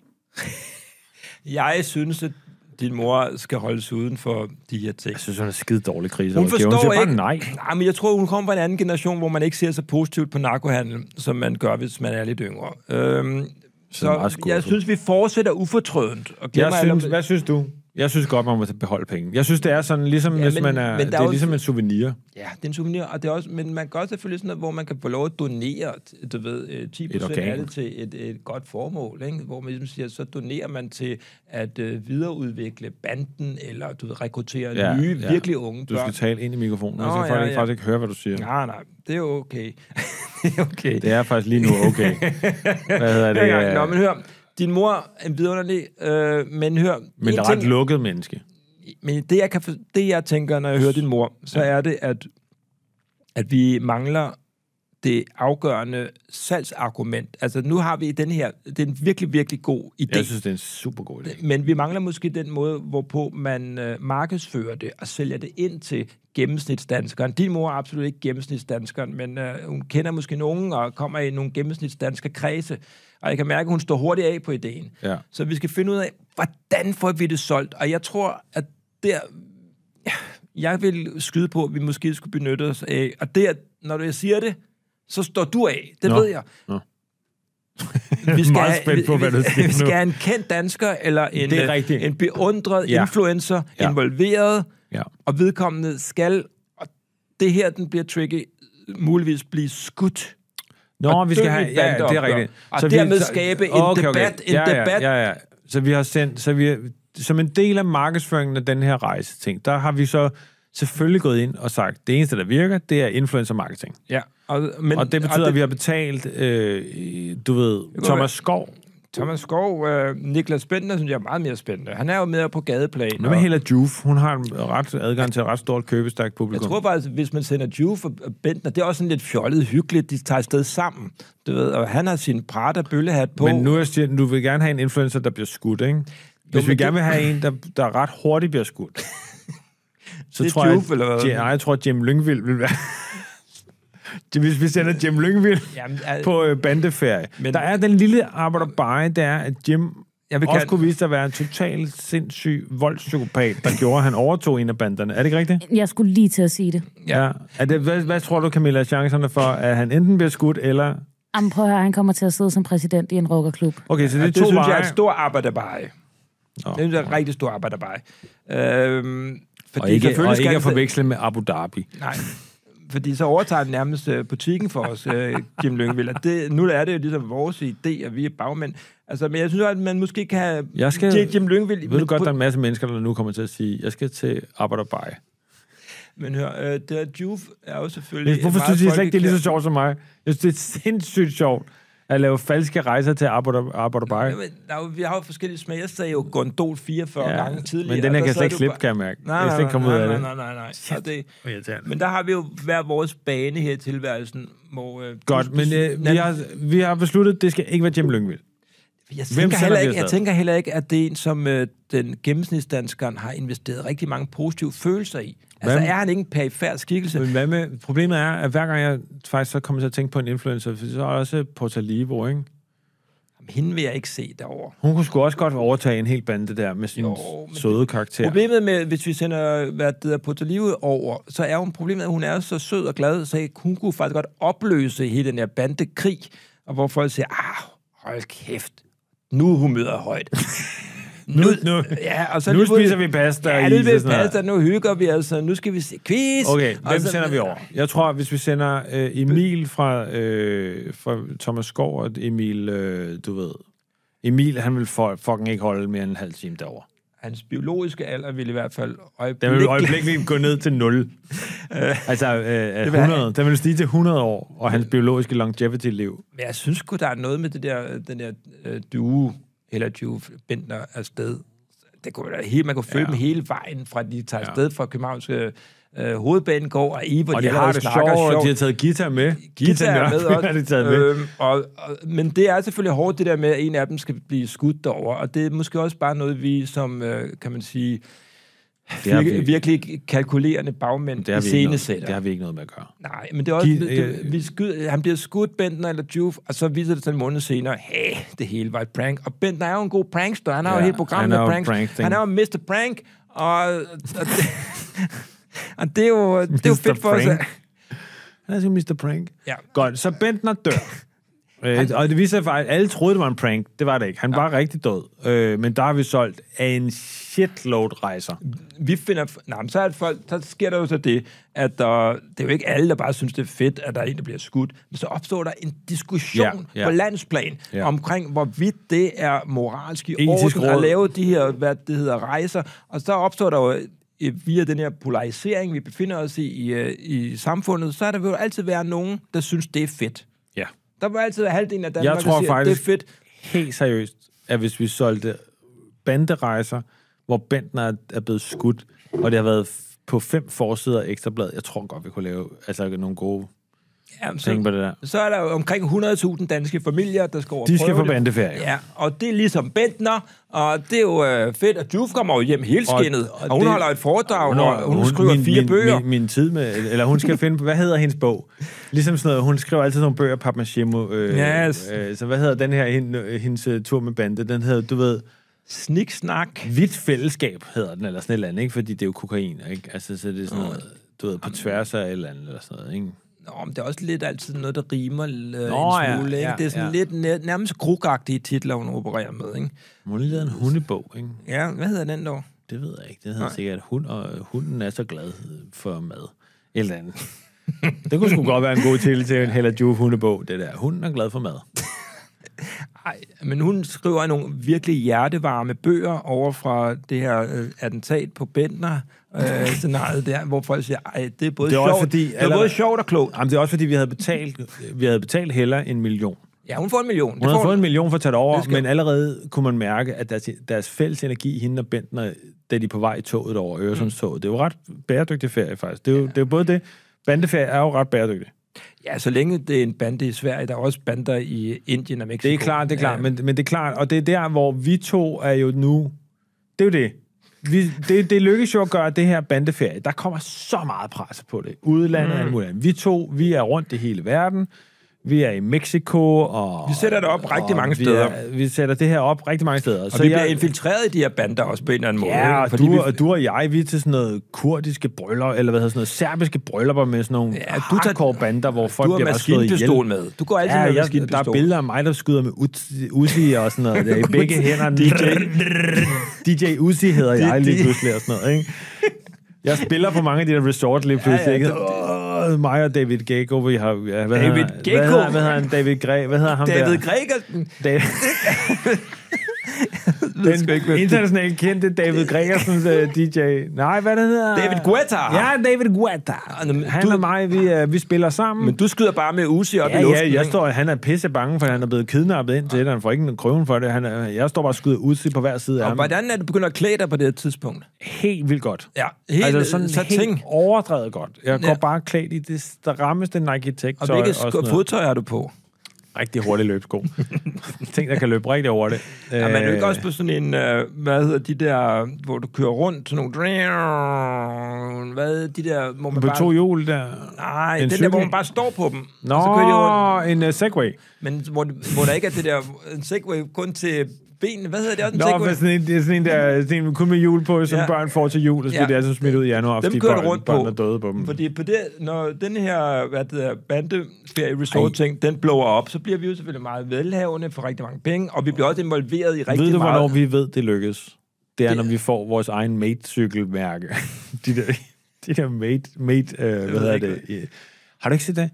Speaker 1: Jeg synes, at din mor skal holdes uden for de her ting.
Speaker 2: Jeg synes, hun er skide dårlig
Speaker 1: Hun
Speaker 2: kriserådgiver.
Speaker 1: forstår
Speaker 2: siger bare
Speaker 1: ikke.
Speaker 2: nej.
Speaker 1: Nej, men jeg tror, hun kommer fra en anden generation, hvor man ikke ser så positivt på narkohandel, som man gør, hvis man er lidt yngre. Øhm,
Speaker 2: meget
Speaker 1: så
Speaker 2: skuffet.
Speaker 1: jeg synes, vi fortsætter ufortrødent. Og
Speaker 2: Jeg
Speaker 1: glemmer
Speaker 2: synes,
Speaker 1: alle-
Speaker 2: hvad synes du? Jeg synes godt, man må beholde penge. Jeg synes, det er sådan, ligesom ja,
Speaker 1: men-
Speaker 2: hvis man
Speaker 1: men
Speaker 2: er,
Speaker 1: der
Speaker 2: men
Speaker 1: er
Speaker 2: det er
Speaker 1: jo-
Speaker 2: ligesom en souvenir.
Speaker 1: Ja, det er en souvenir, og det er også, men man kan også selvfølgelig sådan noget, hvor man kan få lov at donere, du ved, øh, 10
Speaker 2: Et
Speaker 1: procent
Speaker 2: organ.
Speaker 1: af det til et, et godt formål, ikke? hvor man ligesom siger, så donerer man til at øh, videreudvikle banden, eller du ved, rekruttere
Speaker 2: Ja,
Speaker 1: ja, nye,
Speaker 2: ja.
Speaker 1: ja. virkelig unge
Speaker 2: Du
Speaker 1: børn.
Speaker 2: skal tale ind i mikrofonen, altså,
Speaker 1: Nå,
Speaker 2: så folk
Speaker 1: ja,
Speaker 2: ikke
Speaker 1: ja.
Speaker 2: faktisk ikke høre, hvad du siger. Ja.
Speaker 1: Nej, nej, det er jo okay. (laughs) det er okay.
Speaker 2: Det er faktisk lige nu okay.
Speaker 1: (laughs)
Speaker 2: hvad hedder det?
Speaker 1: Ja, ja. Nå,
Speaker 2: øh,
Speaker 1: men hør, din mor er en vidunderlig, øh, men hør...
Speaker 2: men
Speaker 1: en
Speaker 2: det er ret lukket menneske.
Speaker 1: men det, jeg kan, for- det, jeg tænker, når jeg hører din mor, så er det, at, at vi mangler det afgørende salgsargument. Altså, nu har vi den her... Det er en virkelig, virkelig god idé.
Speaker 2: Jeg synes, det er en super god idé.
Speaker 1: Men vi mangler måske den måde, hvorpå man øh, markedsfører det og sælger det ind til gennemsnitsdanskeren. Din mor er absolut ikke gennemsnitsdanskeren, men øh, hun kender måske nogen og kommer i nogle gennemsnitsdanske kredse. Og jeg kan mærke, at hun står hurtigt af på ideen.
Speaker 2: Ja.
Speaker 1: Så vi skal finde ud af, hvordan får vi det solgt? Og jeg tror, at der... Jeg vil skyde på, at vi måske skulle benytte os af... Og der, når jeg siger det, så står du af. Det
Speaker 2: Nå.
Speaker 1: ved jeg.
Speaker 2: Nå.
Speaker 1: Vi
Speaker 2: Meget
Speaker 1: have-
Speaker 2: spændt på,
Speaker 1: vi-
Speaker 2: hvad der
Speaker 1: vi-
Speaker 2: sker
Speaker 1: Vi skal
Speaker 2: nu.
Speaker 1: have en kendt dansker eller en,
Speaker 2: Det er
Speaker 1: øh,
Speaker 2: rigtigt.
Speaker 1: en beundret
Speaker 2: Ja.
Speaker 1: ja. influencer
Speaker 2: Ja.
Speaker 1: ja. involveret,
Speaker 2: Ja.
Speaker 1: og vedkommende skal... Og det her, den bliver tricky, muligvis blive skudt.
Speaker 2: Nå,
Speaker 1: Og
Speaker 2: vi skal
Speaker 1: dø i
Speaker 2: have...
Speaker 1: et
Speaker 2: Ja, det er
Speaker 1: bandeopgør.
Speaker 2: rigtigt.
Speaker 1: Og
Speaker 2: vi-
Speaker 1: dermed skabe en debat, en
Speaker 2: ja, ja,
Speaker 1: debat.
Speaker 2: Ja, ja. Så vi har sendt... Så vi, som en del af markedsføringen af den her rejse ting, der har vi så selvfølgelig gået ind og sagt, det eneste, der virker, det er influencer marketing.
Speaker 1: Ja. Og, men,
Speaker 2: Og det betyder, at vi har betalt, øh, du ved, Thomas Skov.
Speaker 1: Thomas Skov, øh, Niklas Bender, synes jeg er meget mere spændende. Han er jo med på gadeplan.
Speaker 2: Hvad med
Speaker 1: og-
Speaker 2: Hella Juf? Hun har en ret adgang til et ret stort købestærkt
Speaker 1: Jeg
Speaker 2: publikum.
Speaker 1: tror faktisk, hvis man sender Juve for øh, Bentner, det er også sådan lidt fjollet hyggeligt, de tager afsted sammen. Du ved, og han har sin Prada bøllehat på.
Speaker 2: Men nu er jeg siger, du vil gerne have en influencer, der bliver skudt, ikke? Hvis
Speaker 1: men
Speaker 2: vi
Speaker 1: det-
Speaker 2: gerne vil have en, der, der ret hurtigt bliver
Speaker 1: (laughs)
Speaker 2: skudt, så
Speaker 1: Det er
Speaker 2: tror jeg,
Speaker 1: Juf, eller hvad?
Speaker 2: Ja, nej, jeg tror, at Jim Lyngvild vil være... Det- (laughs) Hvis vi sender Jim Lyngvild
Speaker 1: Jamen, al-
Speaker 2: på øh, bandeferie. Men,
Speaker 1: Men-
Speaker 2: der er den lille arbejder bare, det er, at Jim jeg
Speaker 1: Jeg vil
Speaker 2: vil også
Speaker 1: gerne-
Speaker 2: kunne vise sig at være en total sindssyg voldspsykopat, der gjorde, at han overtog en af banderne. Er det ikke rigtigt?
Speaker 4: Jeg skulle lige til at sige det.
Speaker 1: Ja.
Speaker 2: ja. Er det, hvad, hvad tror du, Camilla, er chancerne for, at han enten bliver skudt, eller...
Speaker 4: Jamen, prøv at høre, han kommer til at sidde som præsident i en rockerklub.
Speaker 2: Okay, så det er
Speaker 1: det,
Speaker 2: to
Speaker 1: det synes jeg
Speaker 2: veje.
Speaker 1: er et stort arbejderbeje.
Speaker 2: Nå.
Speaker 1: Det synes jeg er et rigtig stort arbejderbeje. Øhm, fordi
Speaker 2: Og ikke,
Speaker 1: selvfølgelig
Speaker 2: og
Speaker 1: skal
Speaker 2: ikke
Speaker 1: han
Speaker 2: at
Speaker 1: så-
Speaker 2: forveksle med Abu Dhabi.
Speaker 1: Nej, fordi så overtager den nærmest øh, butikken for os, øh, Jim Lyngvild. Og det, nu er det jo ligesom vores idé, og vi er bagmænd. Altså, men jeg synes at man måske kan have
Speaker 2: Jeg skal-
Speaker 1: Jim- Jim Lyngvild...
Speaker 2: Ved du
Speaker 1: men-
Speaker 2: godt, der er en masse mennesker, der nu kommer til at sige, jeg skal til Abbottabay.
Speaker 1: Men hør, øh, det der Juve er jo selvfølgelig...
Speaker 2: Hvorfor
Speaker 1: meget
Speaker 2: synes I slet ikke, det er lige så
Speaker 1: folkekær-
Speaker 2: sjovt som mig? Jeg synes, det er sindssygt sjovt at lave falske rejser til Abbottabay.
Speaker 1: Jamen, der er jo, vi har jo forskellige smag. Jeg sagde jo gondol 44 ja,
Speaker 2: Ja,
Speaker 1: gange tidligere.
Speaker 2: men den her
Speaker 1: og
Speaker 2: kan
Speaker 1: der
Speaker 2: jeg slet
Speaker 1: sad
Speaker 2: ikke
Speaker 1: du
Speaker 2: slippe,
Speaker 1: bare-
Speaker 2: kan jeg mærke.
Speaker 1: Nej,
Speaker 2: jeg
Speaker 1: nej,
Speaker 2: kan slet ikke komme ud af
Speaker 1: nej,
Speaker 2: det.
Speaker 1: nej, nej, nej, nej. Og det,
Speaker 2: Irriterende.
Speaker 1: men der har vi jo hver vores bane her i tilværelsen, hvor... Øh,
Speaker 2: Godt, men øh, vi, har, vi har besluttet, at det skal ikke være Jim Lyngvild.
Speaker 1: Jeg
Speaker 2: Hvem
Speaker 1: tænker,
Speaker 2: sender
Speaker 1: heller
Speaker 2: vi
Speaker 1: ikke, jeg
Speaker 2: afsted?
Speaker 1: tænker heller ikke, at det er en, som øh, den gennemsnitsdanskeren har investeret rigtig mange positive følelser i. Altså,
Speaker 2: Hvad-
Speaker 1: er han ikke en perifær skikkelse?
Speaker 2: Men hvad med, problemet er, at hver gang jeg faktisk så kommer til at tænke på en influencer, for så er der også Porta Livo, ikke?
Speaker 1: Hende vil jeg ikke se derovre.
Speaker 2: Hun kunne sgu også godt overtage en hel bande der med sin
Speaker 1: Jo,
Speaker 2: jo,
Speaker 1: men
Speaker 2: søde karakter.
Speaker 1: Problemet med, hvis vi sender hvad det hedder, Potolive over, så er hun problemet, at hun er så sød og glad, så hun kunne faktisk godt opløse hele den her bandekrig, og hvor folk siger, ah, hold kæft, nu er humøret
Speaker 2: (laughs)
Speaker 1: højt. nu,
Speaker 2: nu-
Speaker 1: ja, og så
Speaker 2: nu
Speaker 1: lige pludselig-
Speaker 2: spiser vi pasta og
Speaker 1: Ja,
Speaker 2: is
Speaker 1: nu
Speaker 2: og
Speaker 1: spiser vi
Speaker 2: sådan noget.
Speaker 1: pasta, nu hygger vi os, og nu skal vi se quiz.
Speaker 2: Okay,
Speaker 1: og
Speaker 2: hvem
Speaker 1: så-
Speaker 2: sender vi over? Jeg tror, hvis vi sender øh, Emil fra, øh, fra Thomas Skov og Emil, øh, du ved... Emil, han vil for, fucking ikke holde mere end en halv time derovre.
Speaker 1: Hans biologiske alder vil i hvert fald
Speaker 2: Den vil
Speaker 1: øjeblikkeligt...
Speaker 2: øjeblikkeligt gå ned
Speaker 1: (laughs)
Speaker 2: til 0. altså, øh,
Speaker 1: vil
Speaker 2: 100. Den vil stige til 100 år, og hans biologiske longevity-liv.
Speaker 1: Men jeg synes sgu, der er noget med det der, den der øh, duo, eller duo Bender afsted. Det kunne da helt, man kunne følge ja. dem hele vejen, fra de tager
Speaker 2: Ja.
Speaker 1: afsted fra Københavnske øh, hovedbanegård og Ivo,
Speaker 2: Og de, har det sjovt, og de har taget guitar med. Øh,
Speaker 1: guitar
Speaker 2: (laughs)
Speaker 1: med også.
Speaker 2: har de taget med.
Speaker 1: Øhm, og, og, men det er selvfølgelig hårdt, det der med, at en af dem skal blive skudt derover, og det er måske også bare noget, vi som, øh, kan man sige,
Speaker 2: Det har vi-
Speaker 1: vir- virkelig kalkulerende bagmænd
Speaker 2: Det har,
Speaker 1: i
Speaker 2: vi ikke noget,
Speaker 1: scenesætter.
Speaker 2: det har vi ikke noget med at gøre.
Speaker 1: Nej, men det er også...
Speaker 2: De-
Speaker 1: det, det,
Speaker 2: øh,
Speaker 1: vi skyder, han bliver skudt, Bentner eller Juve, og så viser det sig en måned senere, hey, det hele var et prank. Og Bentner er jo en god prankster, han har ja, jo et
Speaker 2: Ja,
Speaker 1: helt program
Speaker 2: han
Speaker 1: med
Speaker 2: er jo
Speaker 1: pranks.
Speaker 2: prankting.
Speaker 1: Han er jo Mr. Prank, og, og, det, (laughs) og det er jo, det er jo
Speaker 2: Mr.
Speaker 1: fedt for os.
Speaker 2: Prank.
Speaker 1: at-
Speaker 2: Han er sådan Mr. Prank.
Speaker 1: Ja.
Speaker 2: Godt, så Bentner (laughs) dør. Øh, og det viser sig faktisk, at alle troede, det var en prank. Det var det ikke. Han var rigtig død. Øh, men der har vi solgt af en shitload rejser.
Speaker 1: Vi finder... Nej, men så, er det folk, så sker der jo så det, at der, det er jo ikke alle, der bare synes, det er fedt, at der er en, der bliver skudt. Men så opstår der en diskussion
Speaker 2: Ja, ja.
Speaker 1: på landsplan
Speaker 2: Ja.
Speaker 1: omkring, hvorvidt det er moralsk i
Speaker 2: Etisk
Speaker 1: orden at
Speaker 2: råd.
Speaker 1: lave de her, hvad det hedder, rejser. Og så opstår der jo øh, via den her polarisering, vi befinder os i, i, øh, i samfundet, så er der vil jo altid være nogen, der synes, det er fedt.
Speaker 2: Ja.
Speaker 1: Der vil altid være halvdelen af Danmark,
Speaker 2: Jeg tror
Speaker 1: der siger,
Speaker 2: faktisk,
Speaker 1: det er fedt.
Speaker 2: helt seriøst, at hvis vi solgte banderejser, hvor Bentner er- er blevet skudt, og det har været f- på fem forsider af Ekstrablad, jeg tror godt, vi kunne lave altså, nogle gode
Speaker 1: Jamen,
Speaker 2: ting på det der.
Speaker 1: så er der jo omkring 100.000 danske familier, der skal over
Speaker 2: De skal
Speaker 1: prøve
Speaker 2: på
Speaker 1: det.
Speaker 2: bandeferie.
Speaker 1: Ja, og det er ligesom Bentner, og det er jo øh, fedt, og Juf kommer jo hjem helskindet, og, og, og hun det, holder et foredrag, og hun, og hun, hun skriver
Speaker 2: min,
Speaker 1: fire
Speaker 2: min,
Speaker 1: bøger.
Speaker 2: Min, min tid med, eller hun skal finde, hvad hedder hendes bog? Ligesom sådan noget, hun skriver altid nogle bøger, Papmachimo. Øh,
Speaker 1: Yes.
Speaker 2: øh, så hvad hedder den her, hendes, hendes øh, tur med bande? Den hedder, du ved,
Speaker 1: Sniksnak.
Speaker 2: Hvidt fællesskab hedder den, eller sådan et eller andet, ikke? Fordi det er jo kokain, ikke? Altså, så det er sådan noget, du ved, på tværs af et eller andet, eller sådan noget, ikke?
Speaker 1: Nå, men det er også lidt altid noget, der rimer øh,
Speaker 2: Nå,
Speaker 1: en
Speaker 2: ja,
Speaker 1: smule. ikke?
Speaker 2: ja,
Speaker 1: det er sådan
Speaker 2: ja.
Speaker 1: lidt nær, nærmest krukagtige titler, hun opererer med. Ikke?
Speaker 2: Hun har lige lavet en hundebog, ikke?
Speaker 1: Ja, hvad hedder den dog?
Speaker 2: Det ved jeg ikke. Det hedder sikkert, at hund, og hunden er så glad for mad. Et eller andet. det kunne sgu godt være en god titel til en Hella Juve hundebog, det der. Hunden er glad for mad.
Speaker 1: Ej, men hun skriver nogle virkelig hjertevarme bøger over fra det her øh, attentat på Bentner. (laughs) Øh, scenariet der, hvor folk siger, ej, det er både,
Speaker 2: Det er også
Speaker 1: sjovt,
Speaker 2: fordi,
Speaker 1: det er
Speaker 2: allerede-
Speaker 1: både sjovt og klogt.
Speaker 2: Jamen, det er også, fordi vi havde betalt, vi havde betalt Hella en million.
Speaker 1: Ja, hun får en million.
Speaker 2: Hun havde fået en million for at tage det over,
Speaker 1: Det skal-
Speaker 2: men allerede kunne man mærke, at deres, deres fælles energi, hende og Bentner, da de er på vej i toget over Øresundstoget, det er jo ret bæredygtig ferie, faktisk. Det er jo, det er jo både det. Bandeferie er jo ret bæredygtig.
Speaker 1: Ja, så længe det er en bande i Sverige, der er også bander i Indien og Mexico.
Speaker 2: Det er klart, det er klart,
Speaker 1: Ja.
Speaker 2: men, men det er klart, og det er der, hvor vi to er jo nu, det er jo det. Vi, det, det lykkes jo at gøre det her bandeferie. Der kommer så meget pres på det. Udlandet mm. og alt muligt andet. Vi to, vi er rundt i hele verden. Vi er i Mexico, og...
Speaker 1: Vi sætter det op rigtig
Speaker 2: og
Speaker 1: mange
Speaker 2: vi
Speaker 1: steder.
Speaker 2: Er, vi sætter det her op rigtig mange steder.
Speaker 1: Og så vi bliver infiltreret i de her bander også på en eller anden måde.
Speaker 2: Ja,
Speaker 1: ikke?
Speaker 2: og du,
Speaker 1: vi,
Speaker 2: og du og jeg, vi er til sådan noget kurdiske bryllup, eller hvad hedder sådan noget, serbiske bryllupper med sådan nogle ja,
Speaker 1: Ja,
Speaker 2: du
Speaker 1: du
Speaker 2: tager,
Speaker 1: tager-
Speaker 2: hardcore bander, hvor folk
Speaker 1: du har
Speaker 2: bliver bare slået ihjel.
Speaker 1: maskinpistol med. Du går altid ja, med
Speaker 2: jeg, der er
Speaker 1: maskinpistol.
Speaker 2: billeder af mig, der skyder med Uzi- Uzi og sådan
Speaker 1: (laughs)
Speaker 2: noget. Der, I begge hænder. DJ, DJ Uzi hedder
Speaker 1: (laughs)
Speaker 2: jeg lige pludselig og sådan noget. Ikke? Jeg spiller på mange af de der resort lige pludselig.
Speaker 1: ja,
Speaker 2: Ja, ja, Åh, mig og David Gekko, vi har... Ja,
Speaker 1: David
Speaker 2: hvad hedder, han?
Speaker 1: Gekko?
Speaker 2: Hvad hedder, hvad hedder han? David Gre... Hvad hedder ham
Speaker 1: David
Speaker 2: der?
Speaker 1: Gregersen. (laughs) sgu
Speaker 2: David...
Speaker 1: ikke, hvem
Speaker 2: Den
Speaker 1: det-
Speaker 2: internationalt kendte David Gregersens uh, DJ. Nej, hvad det hedder?
Speaker 1: David Guetta. Ah,
Speaker 2: Ja, David Guetta.
Speaker 1: Nå, men
Speaker 2: Han
Speaker 1: du-
Speaker 2: og mig, vi, uh, vi spiller sammen.
Speaker 1: Men du skyder bare med Uzi op i
Speaker 2: Ja,
Speaker 1: luften.
Speaker 2: ja, jeg
Speaker 1: ikke?
Speaker 2: står, han er pisse bange, for han er blevet kidnappet ind til det. Han får ikke en krøven for det. Han er, jeg står bare og skyder ud til på hver side af
Speaker 1: Og
Speaker 2: ham.
Speaker 1: hvordan er det begyndt at klæde dig på det her tidspunkt?
Speaker 2: Helt vildt godt.
Speaker 1: Ja, helt
Speaker 2: altså sådan
Speaker 1: så
Speaker 2: helt
Speaker 1: ting.
Speaker 2: overdrevet godt. Jeg går
Speaker 1: Ja.
Speaker 2: bare klædt i det strammeste Nike Tech
Speaker 1: Og
Speaker 2: tøj.
Speaker 1: hvilket
Speaker 2: sådan
Speaker 1: sko-
Speaker 2: noget.
Speaker 1: fodtøj har du på?
Speaker 2: rigtig hurtig
Speaker 1: (laughs)
Speaker 2: løbsko. Ting, der kan løbe rigtig hurtigt.
Speaker 1: Ja, man er jo ikke også på sådan en, øh, hvad hedder de der, hvor du kører rundt, sådan nogle... Hvad de der, hvor man
Speaker 2: Øh, på
Speaker 1: bare...
Speaker 2: to hjul der.
Speaker 1: Nej,
Speaker 2: en
Speaker 1: den der,
Speaker 2: cykel?
Speaker 1: hvor man bare står på dem.
Speaker 2: Nå,
Speaker 1: og så kører de rundt.
Speaker 2: en uh, Segway.
Speaker 1: Men hvor, hvor der ikke er det der en segway kun til benene. Hvad hedder det også? En
Speaker 2: Nå,
Speaker 1: segway?
Speaker 2: men sådan en, det er sådan en, der sådan en, kun med jul på, som
Speaker 1: Ja.
Speaker 2: ja. børn får til jul, og så
Speaker 1: Ja.
Speaker 2: bliver det altså smidt ud i januar,
Speaker 1: Dem
Speaker 2: fordi
Speaker 1: kører du
Speaker 2: børn,
Speaker 1: rundt
Speaker 2: børn
Speaker 1: på.
Speaker 2: er døde på dem.
Speaker 1: Fordi på det, når den her hvad det er, bandeferie resort ting den blower op, så bliver vi jo selvfølgelig meget velhavende for rigtig mange penge, og vi bliver også involveret i rigtig
Speaker 2: Ved du,
Speaker 1: meget.
Speaker 2: hvornår vi ved, det lykkes? Det er, når vi får vores egen mate-cykelmærke. (laughs) de der, de der mate... mate øh, hvad hedder
Speaker 1: ikke,
Speaker 2: det? øh, Har du ikke set det?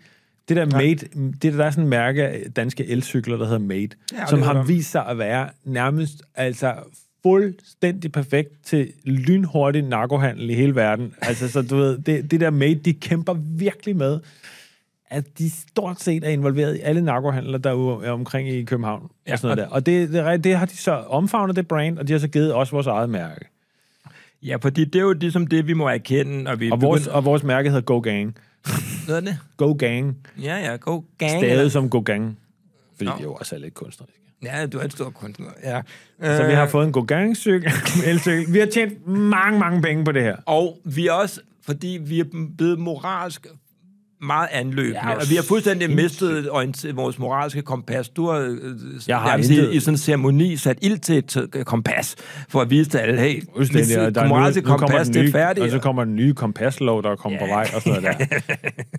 Speaker 2: Det der mate, det der, der er sådan en mærke af danske elcykler, der hedder Mate,
Speaker 1: Ja,
Speaker 2: ja,
Speaker 1: og
Speaker 2: som
Speaker 1: det er
Speaker 2: har
Speaker 1: der.
Speaker 2: vist sig at være nærmest altså fuldstændig perfekt til lynhurtig narkohandel i hele verden. Altså, så du ved, det, det der Mate, de kæmper virkelig med, at de stort set er involveret i alle narkohandler, der er ude- er omkring i København. Ja, og sådan noget der. Og det, det, er rigtigt, det har de så omfavnet, det brand, og de har så givet os vores eget mærke.
Speaker 1: Ja, fordi det er jo ligesom det, vi må erkende, og vi
Speaker 2: Og vores, og vores mærke hedder Go Gang.
Speaker 1: begynder noget af det.
Speaker 2: Go Gang.
Speaker 1: Ja, ja, god gang.
Speaker 2: Stadig som Go Gang. Fordi
Speaker 1: Nå.
Speaker 2: vi jo også er lidt kunstneriske.
Speaker 1: Ja, du er en stor kunstner. Ja.
Speaker 2: Så
Speaker 1: Øh.
Speaker 2: vi har fået en Go Gang-cykel. (laughs) elcykel. Vi har tjent mange, mange penge på det her.
Speaker 1: Øh, Og vi er også, fordi vi er blevet moralsk meget anløbende, ja,
Speaker 2: Ja,
Speaker 1: og vi har fuldstændig mistet orient- vores moralske kompas. Du har, øh,
Speaker 2: Jeg har
Speaker 1: nærmest
Speaker 2: intet.
Speaker 1: i, i sådan en ceremoni sat ild til et øh, kompas, for at vise til alle, hey,
Speaker 2: Fuldstændig, og
Speaker 1: mit
Speaker 2: der er
Speaker 1: moralske
Speaker 2: nu, nu kommer
Speaker 1: kompas,
Speaker 2: den
Speaker 1: det
Speaker 2: nye,
Speaker 1: er færdigt.
Speaker 2: Og så kommer den nye kompaslov, der kommer på vej, og sådan noget
Speaker 1: (laughs)
Speaker 2: der.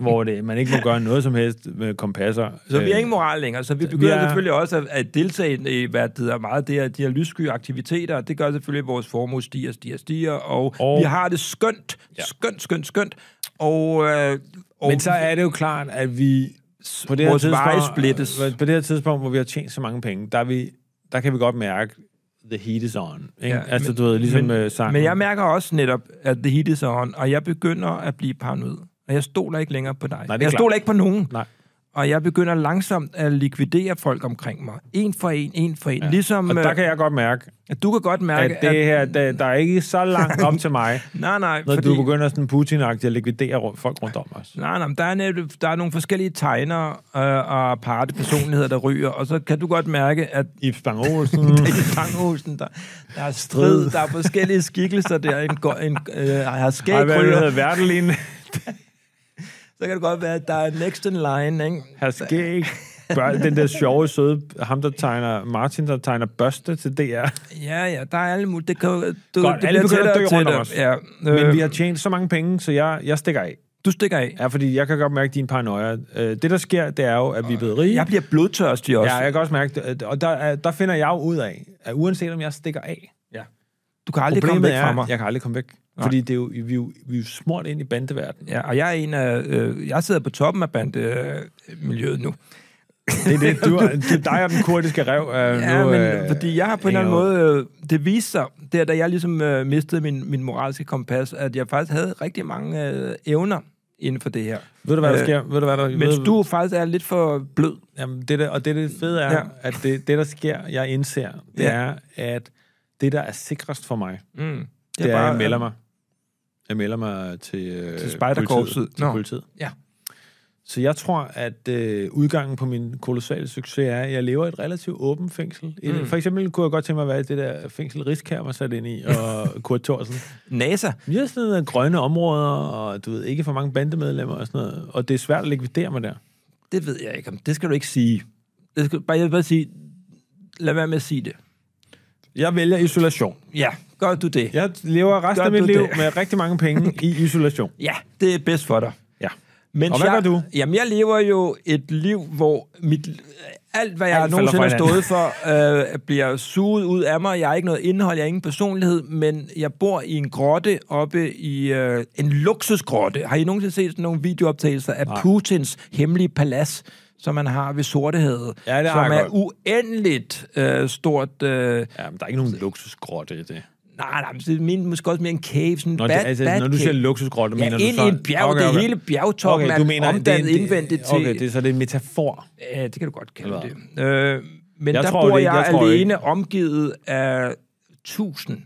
Speaker 2: Hvor det, man ikke må gøre noget som helst med kompasser.
Speaker 1: Så vi har
Speaker 2: Øh,
Speaker 1: ingen moral længere, så vi begynder
Speaker 2: er-
Speaker 1: selvfølgelig også at, at deltage i, hvad det hedder, meget af det her, de her lyssky aktiviteter. Det gør selvfølgelig, at vores formue stiger, stiger, stiger, og, og
Speaker 2: Og-
Speaker 1: vi har det skønt, ja. skønt, skønt, skønt. Og, øh, og
Speaker 2: Men så er det jo klart, at vi på det, her
Speaker 1: Vores veje
Speaker 2: tidspunkt,
Speaker 1: splittes.
Speaker 2: på det her tidspunkt, hvor vi har tjent så mange penge, der, er vi, der kan vi godt mærke, the heat is on. Ikke?
Speaker 1: Ja,
Speaker 2: Ja, altså, du ved, ligesom men, sangen.
Speaker 1: Men jeg mærker også netop, at the heat is on, og jeg begynder at blive paranoid. Og jeg stoler ikke længere på dig.
Speaker 2: det er
Speaker 1: jeg
Speaker 2: klart.
Speaker 1: stoler ikke på nogen.
Speaker 2: Nej.
Speaker 1: Og jeg begynder langsomt at likvidere folk omkring mig. En for en, en for en. Ja. Ligesom
Speaker 2: og der
Speaker 1: kan...
Speaker 2: kan jeg godt mærke,
Speaker 1: at du kan godt
Speaker 2: at
Speaker 1: mærke,
Speaker 2: det her, der, der er ikke så langt op til
Speaker 1: (laughs)
Speaker 2: mig,
Speaker 1: Nej, nej,
Speaker 2: når
Speaker 1: fordi...
Speaker 2: fordi... du begynder sådan Putin-agtigt at likvidere ru- folk rundt om os.
Speaker 1: Nej, nej, men der er, netop, der er nogle forskellige tegnere øh, og parte personligheder, der ryger, og så kan du godt mærke, at
Speaker 2: Ibs (laughs) Bang Olsen.
Speaker 1: (laughs) i fanghusen, der, der er strid, der er forskellige skikkelser der, en, go- en øh, har
Speaker 2: Ej, hvad
Speaker 1: skægkrøller,
Speaker 2: hedder
Speaker 1: (laughs)
Speaker 2: Vertelin?
Speaker 1: så kan det godt være, at der er next in line, ikke?
Speaker 2: Her skæg. Bør- Den der sjove, søde, ham der tegner, Martin, der tegner børste til DR.
Speaker 1: Ja, ja, der er alle mulige. Det kan, jo- du,
Speaker 2: Godt,
Speaker 1: det
Speaker 2: alle
Speaker 1: bliver
Speaker 2: begynder at
Speaker 1: tættere
Speaker 2: dø rundt om
Speaker 1: og
Speaker 2: os.
Speaker 1: tættere. Ja, øh,
Speaker 2: Men vi har tjent så mange penge, så jeg, jeg stikker af.
Speaker 1: Du stikker af.
Speaker 2: Ja, fordi jeg kan godt mærke din paranoia. Øh, det, der sker, det er jo, at vi er blevet rige.
Speaker 1: Jeg bliver blodtørstig også.
Speaker 2: ja, jeg kan også mærke det. Øh, Og der, er- der finder jeg jo ud af, at uanset om jeg stikker af,
Speaker 1: Du kan aldrig
Speaker 2: problemet
Speaker 1: komme væk
Speaker 2: er,
Speaker 1: fra mig.
Speaker 2: jeg kan aldrig komme væk. Nej. Fordi det er jo, vi, er jo, vi er jo smurt ind i bandeverdenen.
Speaker 1: Ja, og jeg er en af... Øh, jeg sidder på toppen af bandemiljøet øh, miljøet nu.
Speaker 2: Det er det, du, er- (laughs) det er dig og den kurdiske rev. Øh,
Speaker 1: Ja,
Speaker 2: nu,
Speaker 1: men
Speaker 2: øh,
Speaker 1: fordi jeg har på en eller anden
Speaker 2: hænger ud.
Speaker 1: måde... Øh, det viste sig, der, da jeg ligesom øh, mistede min, min moralske kompas, at jeg faktisk havde rigtig mange øh, evner inden for det her.
Speaker 2: Ved du, hvad der
Speaker 1: Øh,
Speaker 2: sker? Ved du, hvad der,
Speaker 1: Mens
Speaker 2: ved,
Speaker 1: du faktisk er lidt for blød.
Speaker 2: Jamen, det der, og det, det fede er,
Speaker 1: Ja.
Speaker 2: ja. at det, det, der sker, jeg indser, det
Speaker 1: Ja.
Speaker 2: ja. er, at det, der er sikrest for mig,
Speaker 1: Mm. Det,
Speaker 2: det er, at jeg melder mig. Jeg melder mig til, øh,
Speaker 1: Til spejderkorpset.
Speaker 2: politiet. Til
Speaker 1: Nå.
Speaker 2: politiet.
Speaker 1: Ja.
Speaker 2: Så jeg tror, at øh, udgangen på min kolossale succes er, at jeg lever i et relativt åbent fængsel.
Speaker 1: Mm.
Speaker 2: Mm. For eksempel kunne jeg godt tænke mig at være i det der fængsel, Riskær var sat ind i, (laughs) og Kurt Thorsen.
Speaker 1: NASA.
Speaker 2: Vi har sådan noget grønne områder, og du ved, ikke for mange bandemedlemmer og sådan noget. Og det er svært at likvidere mig der.
Speaker 1: Det ved jeg ikke om. Det skal du ikke sige. Det skal, bare, jeg vil bare sige, lad være med at sige det.
Speaker 2: Jeg vælger isolation.
Speaker 1: Ja, gør du det. Ja,
Speaker 2: Jeg lever resten
Speaker 1: Gør
Speaker 2: af mit
Speaker 1: du
Speaker 2: liv
Speaker 1: det?
Speaker 2: med rigtig mange (laughs) penge i isolation.
Speaker 1: ja det er bedst for dig.
Speaker 2: Ja.
Speaker 1: Mens
Speaker 2: Og hvad
Speaker 1: jeg,
Speaker 2: gør du?
Speaker 1: Jamen, jeg lever jo et liv, hvor mit, alt, hvad jeg alt
Speaker 2: Alt
Speaker 1: nogensinde har
Speaker 2: falder fra
Speaker 1: stået for, (laughs) øh, bliver suget ud af mig. Jeg har ikke noget indhold, jeg har ingen personlighed, men jeg bor i en grotte oppe i øh, en luksusgrotte. Har I nogensinde set sådan nogle videooptagelser af Putins hemmelige palads, som man har ved Sortehavet,
Speaker 2: Ja, det har
Speaker 1: som
Speaker 2: jeg
Speaker 1: er uendeligt øh, stort... Øh,
Speaker 2: Ja, men der er ikke nogen luksusgrotte i det.
Speaker 1: Nej, nej, men det mener måske også mere en cave, sådan en
Speaker 2: Nå,
Speaker 1: bad,
Speaker 2: det, altså,
Speaker 1: bad
Speaker 2: når du
Speaker 1: cave.
Speaker 2: siger luksusgrotte,
Speaker 1: Ja,
Speaker 2: mener du
Speaker 1: ind
Speaker 2: så...
Speaker 1: i en bjerg, det hele bjergtoppen er omdannet
Speaker 2: det er en-
Speaker 1: indvendigt til-
Speaker 2: Okay, det, er så det er en metafor.
Speaker 1: Ja, det kan du godt kalde
Speaker 2: Eller
Speaker 1: det. Øh, men jeg
Speaker 2: Jeg
Speaker 1: der
Speaker 2: tror
Speaker 1: bor
Speaker 2: det
Speaker 1: jeg,
Speaker 2: ikke,
Speaker 1: jeg
Speaker 2: jeg tror
Speaker 1: alene omgivet af tusind,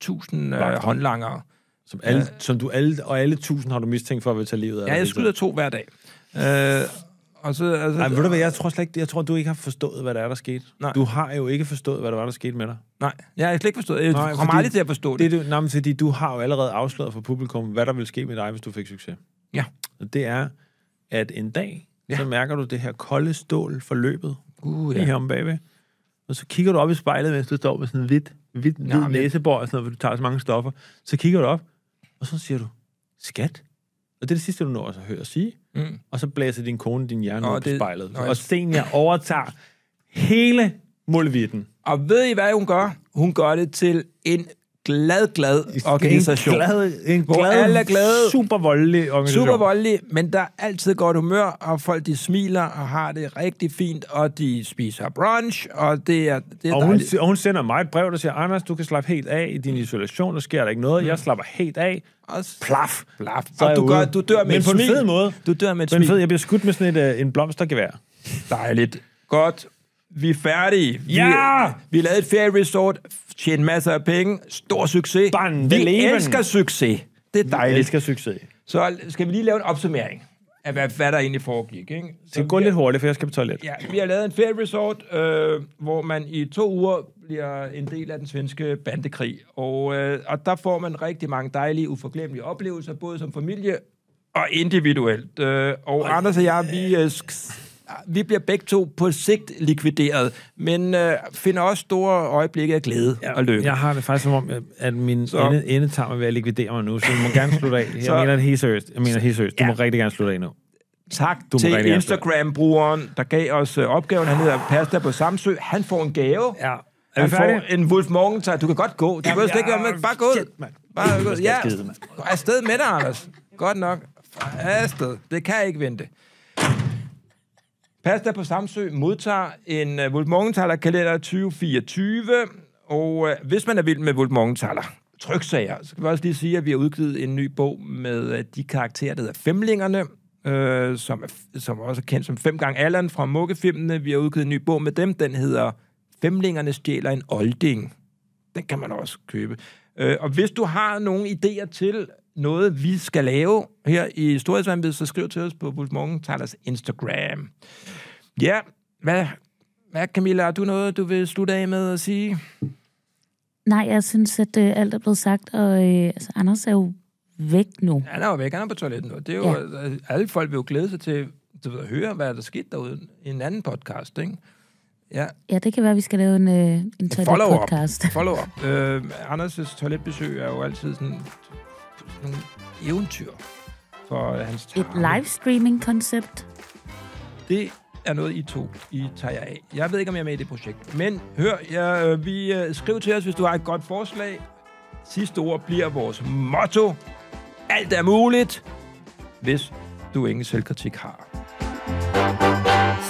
Speaker 1: tusind øh,
Speaker 2: Vagter.
Speaker 1: håndlangere.
Speaker 2: Som, alle, ja. som du alle, og alle tusind har du mistænkt for at ville tage livet af
Speaker 1: Ja,
Speaker 2: dig,
Speaker 1: jeg
Speaker 2: Victor.
Speaker 1: skyder to hver dag. Øh, Og så, altså,
Speaker 2: Nej, ved du hvad, jeg tror slet ikke, jeg tror, du ikke har forstået, hvad der er, der skete.
Speaker 1: Nej.
Speaker 2: Du har jo ikke forstået, hvad der var, der skete med dig.
Speaker 1: Nej, jeg har slet ikke forstået det. Jeg
Speaker 2: Nej,
Speaker 1: kommer
Speaker 2: fordi-
Speaker 1: aldrig til at forstå det.
Speaker 2: Det er det, nej, men fordi du har jo allerede afsløret for publikum, hvad der ville ske med dig, hvis du fik succes.
Speaker 1: Ja.
Speaker 2: Og det er, at en dag,
Speaker 1: Ja.
Speaker 2: ja. så mærker du det her kolde stål for løbet
Speaker 1: Uh,
Speaker 2: ja. lige her om bagved. Og så kigger du op i spejlet, mens du står med sådan en hvidt, hvidt, hvid
Speaker 1: men-
Speaker 2: næsebor, og sådan noget, fordi du tager så mange stoffer. Så kigger du op, og så siger du, skat. Og det er det sidste, du når at høre sige.
Speaker 1: Mm.
Speaker 2: Og så blæser din kone din hjerne
Speaker 1: Nå,
Speaker 2: ud på
Speaker 1: det-
Speaker 2: spejlet.
Speaker 1: Nå, jeg-
Speaker 2: og Senia overtager hele mulvitten.
Speaker 1: Og ved I, hvad hun gør? Hun gør det til en glad, glad organisation.
Speaker 2: En glad, en
Speaker 1: Hvor
Speaker 2: glad,
Speaker 1: alle er glade.
Speaker 2: super voldelig organisation.
Speaker 1: Super voldelig, men der er altid godt humør, og folk de smiler og har det rigtig fint, og de spiser brunch, og det er, det er
Speaker 2: Og hun,
Speaker 1: dejligt.
Speaker 2: og hun sender mig et brev, der siger, Anders, du kan slappe helt af i din isolation, der sker der ikke noget, jeg slapper helt af.
Speaker 1: Og s-
Speaker 2: Plaf!
Speaker 1: Mm. Plaf.
Speaker 2: Så er
Speaker 1: Og
Speaker 2: jeg
Speaker 1: du,
Speaker 2: ude.
Speaker 1: gør, du dør med
Speaker 2: Men
Speaker 1: et
Speaker 2: på en
Speaker 1: smil.
Speaker 2: fed måde.
Speaker 1: Du dør med et
Speaker 2: Men
Speaker 1: smil.
Speaker 2: fed, jeg bliver skudt med sådan et, øh, en blomstergevær.
Speaker 1: Dejligt. Godt. Vi er færdige.
Speaker 2: Ja!
Speaker 1: Vi, vi lavede et ferieresort, tjente masser af penge, stor succes.
Speaker 2: Barn,
Speaker 1: vi
Speaker 2: vel leven.
Speaker 1: elsker succes. Det er
Speaker 2: Jeg
Speaker 1: dejligt.
Speaker 2: elsker succes.
Speaker 1: Så skal vi lige lave en opsummering af, hvad, hvad der egentlig foregik. Ikke? Så
Speaker 2: Det går
Speaker 1: vi,
Speaker 2: lidt hurtigt, for jeg skal på toilet.
Speaker 1: ja, vi har lavet en ferieresort, øh, hvor man i to uger bliver en del af den svenske bandekrig. Og, øh, og der får man rigtig mange dejlige, uforglemmelige oplevelser, både som familie og individuelt. Øh, og Anders og jeg, vi, øh, sk- vi bliver begge to på sigt likvideret, men øh, finder også store øjeblikke af glæde ja, og lykke.
Speaker 2: Jeg har det faktisk som om, øh, at min
Speaker 1: Så-
Speaker 2: ende, endetarm er ved at likvidere mig nu, så du må (laughs) gerne slutte af. Jeg
Speaker 1: Så-
Speaker 2: mener det helt seriøst. Jeg mener det helt seriøst. Du
Speaker 1: Ja.
Speaker 2: må rigtig gerne slutte af nu.
Speaker 1: Tak
Speaker 2: Du må rigtig
Speaker 1: til
Speaker 2: gerne
Speaker 1: Instagram-brugeren, der gav os øh, opgaven. Han hedder Pasta på Samsø. Han får en gave.
Speaker 2: Ja. Er
Speaker 1: Han
Speaker 2: vi færdige?
Speaker 1: får en Wolf Morgenthaler. Du kan godt gå. Du behøver slet ikke være med. Bare gå ud.
Speaker 2: Shit, mand.
Speaker 1: Bare gå ud.
Speaker 2: skal
Speaker 1: Ja.
Speaker 2: jeg skide, mand.
Speaker 1: Gå afsted med dig, Anders. Godt nok. Afsted. Det kan jeg ikke vente. Pasta på Samsø modtager en uh, Wolf Morgenthaler kalender 2024. Og uh, hvis man er vild med Wolf Morgenthaler, tryksager, så kan vi også lige sige, at vi har udgivet en ny bog med uh, de karakterer, der hedder Femlingerne, uh, som, er, f- som også er kendt som Fem gange Allan fra Mukkefilmene. Vi har udgivet en ny bog med dem. Den hedder Femlingerne stjæler en olding. Den kan man også købe. Øh, og hvis du har nogle idéer til noget, vi skal lave her i Storhedsvandved, så skriv til os på Wolf Morgenthalers Instagram. Ja, hvad, hvad Camilla, har du noget, du vil slutte af med at sige?
Speaker 4: Nej, jeg synes, at øh, alt er blevet sagt, og øh, altså, Anders er jo væk nu.
Speaker 1: Han er jo væk, han er på toilettet nu. Det er jo, ja. Alle folk vil jo glæde sig til, til at høre, hvad der skete derude i en anden podcast, ikke? Ja,
Speaker 4: Ja, det kan være, at vi skal lave en, øh, en
Speaker 1: follow-up.
Speaker 4: toilet-podcast.
Speaker 1: follow up. øh, Anders' toiletbesøg er jo altid sådan nogle eventyr for hans
Speaker 4: Et
Speaker 1: tarme.
Speaker 4: livestreaming-koncept.
Speaker 1: Det er noget, I to I tager jer af. Jeg ved ikke, om jeg er med i det projekt. Men hør, jeg, øh, vi, øh, skriv til os, hvis du har et godt forslag. Sidste ord bliver vores motto. Alt er muligt, hvis du ingen selvkritik har.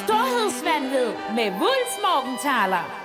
Speaker 3: Storhedsvandved med Wulfs Morgenthaler.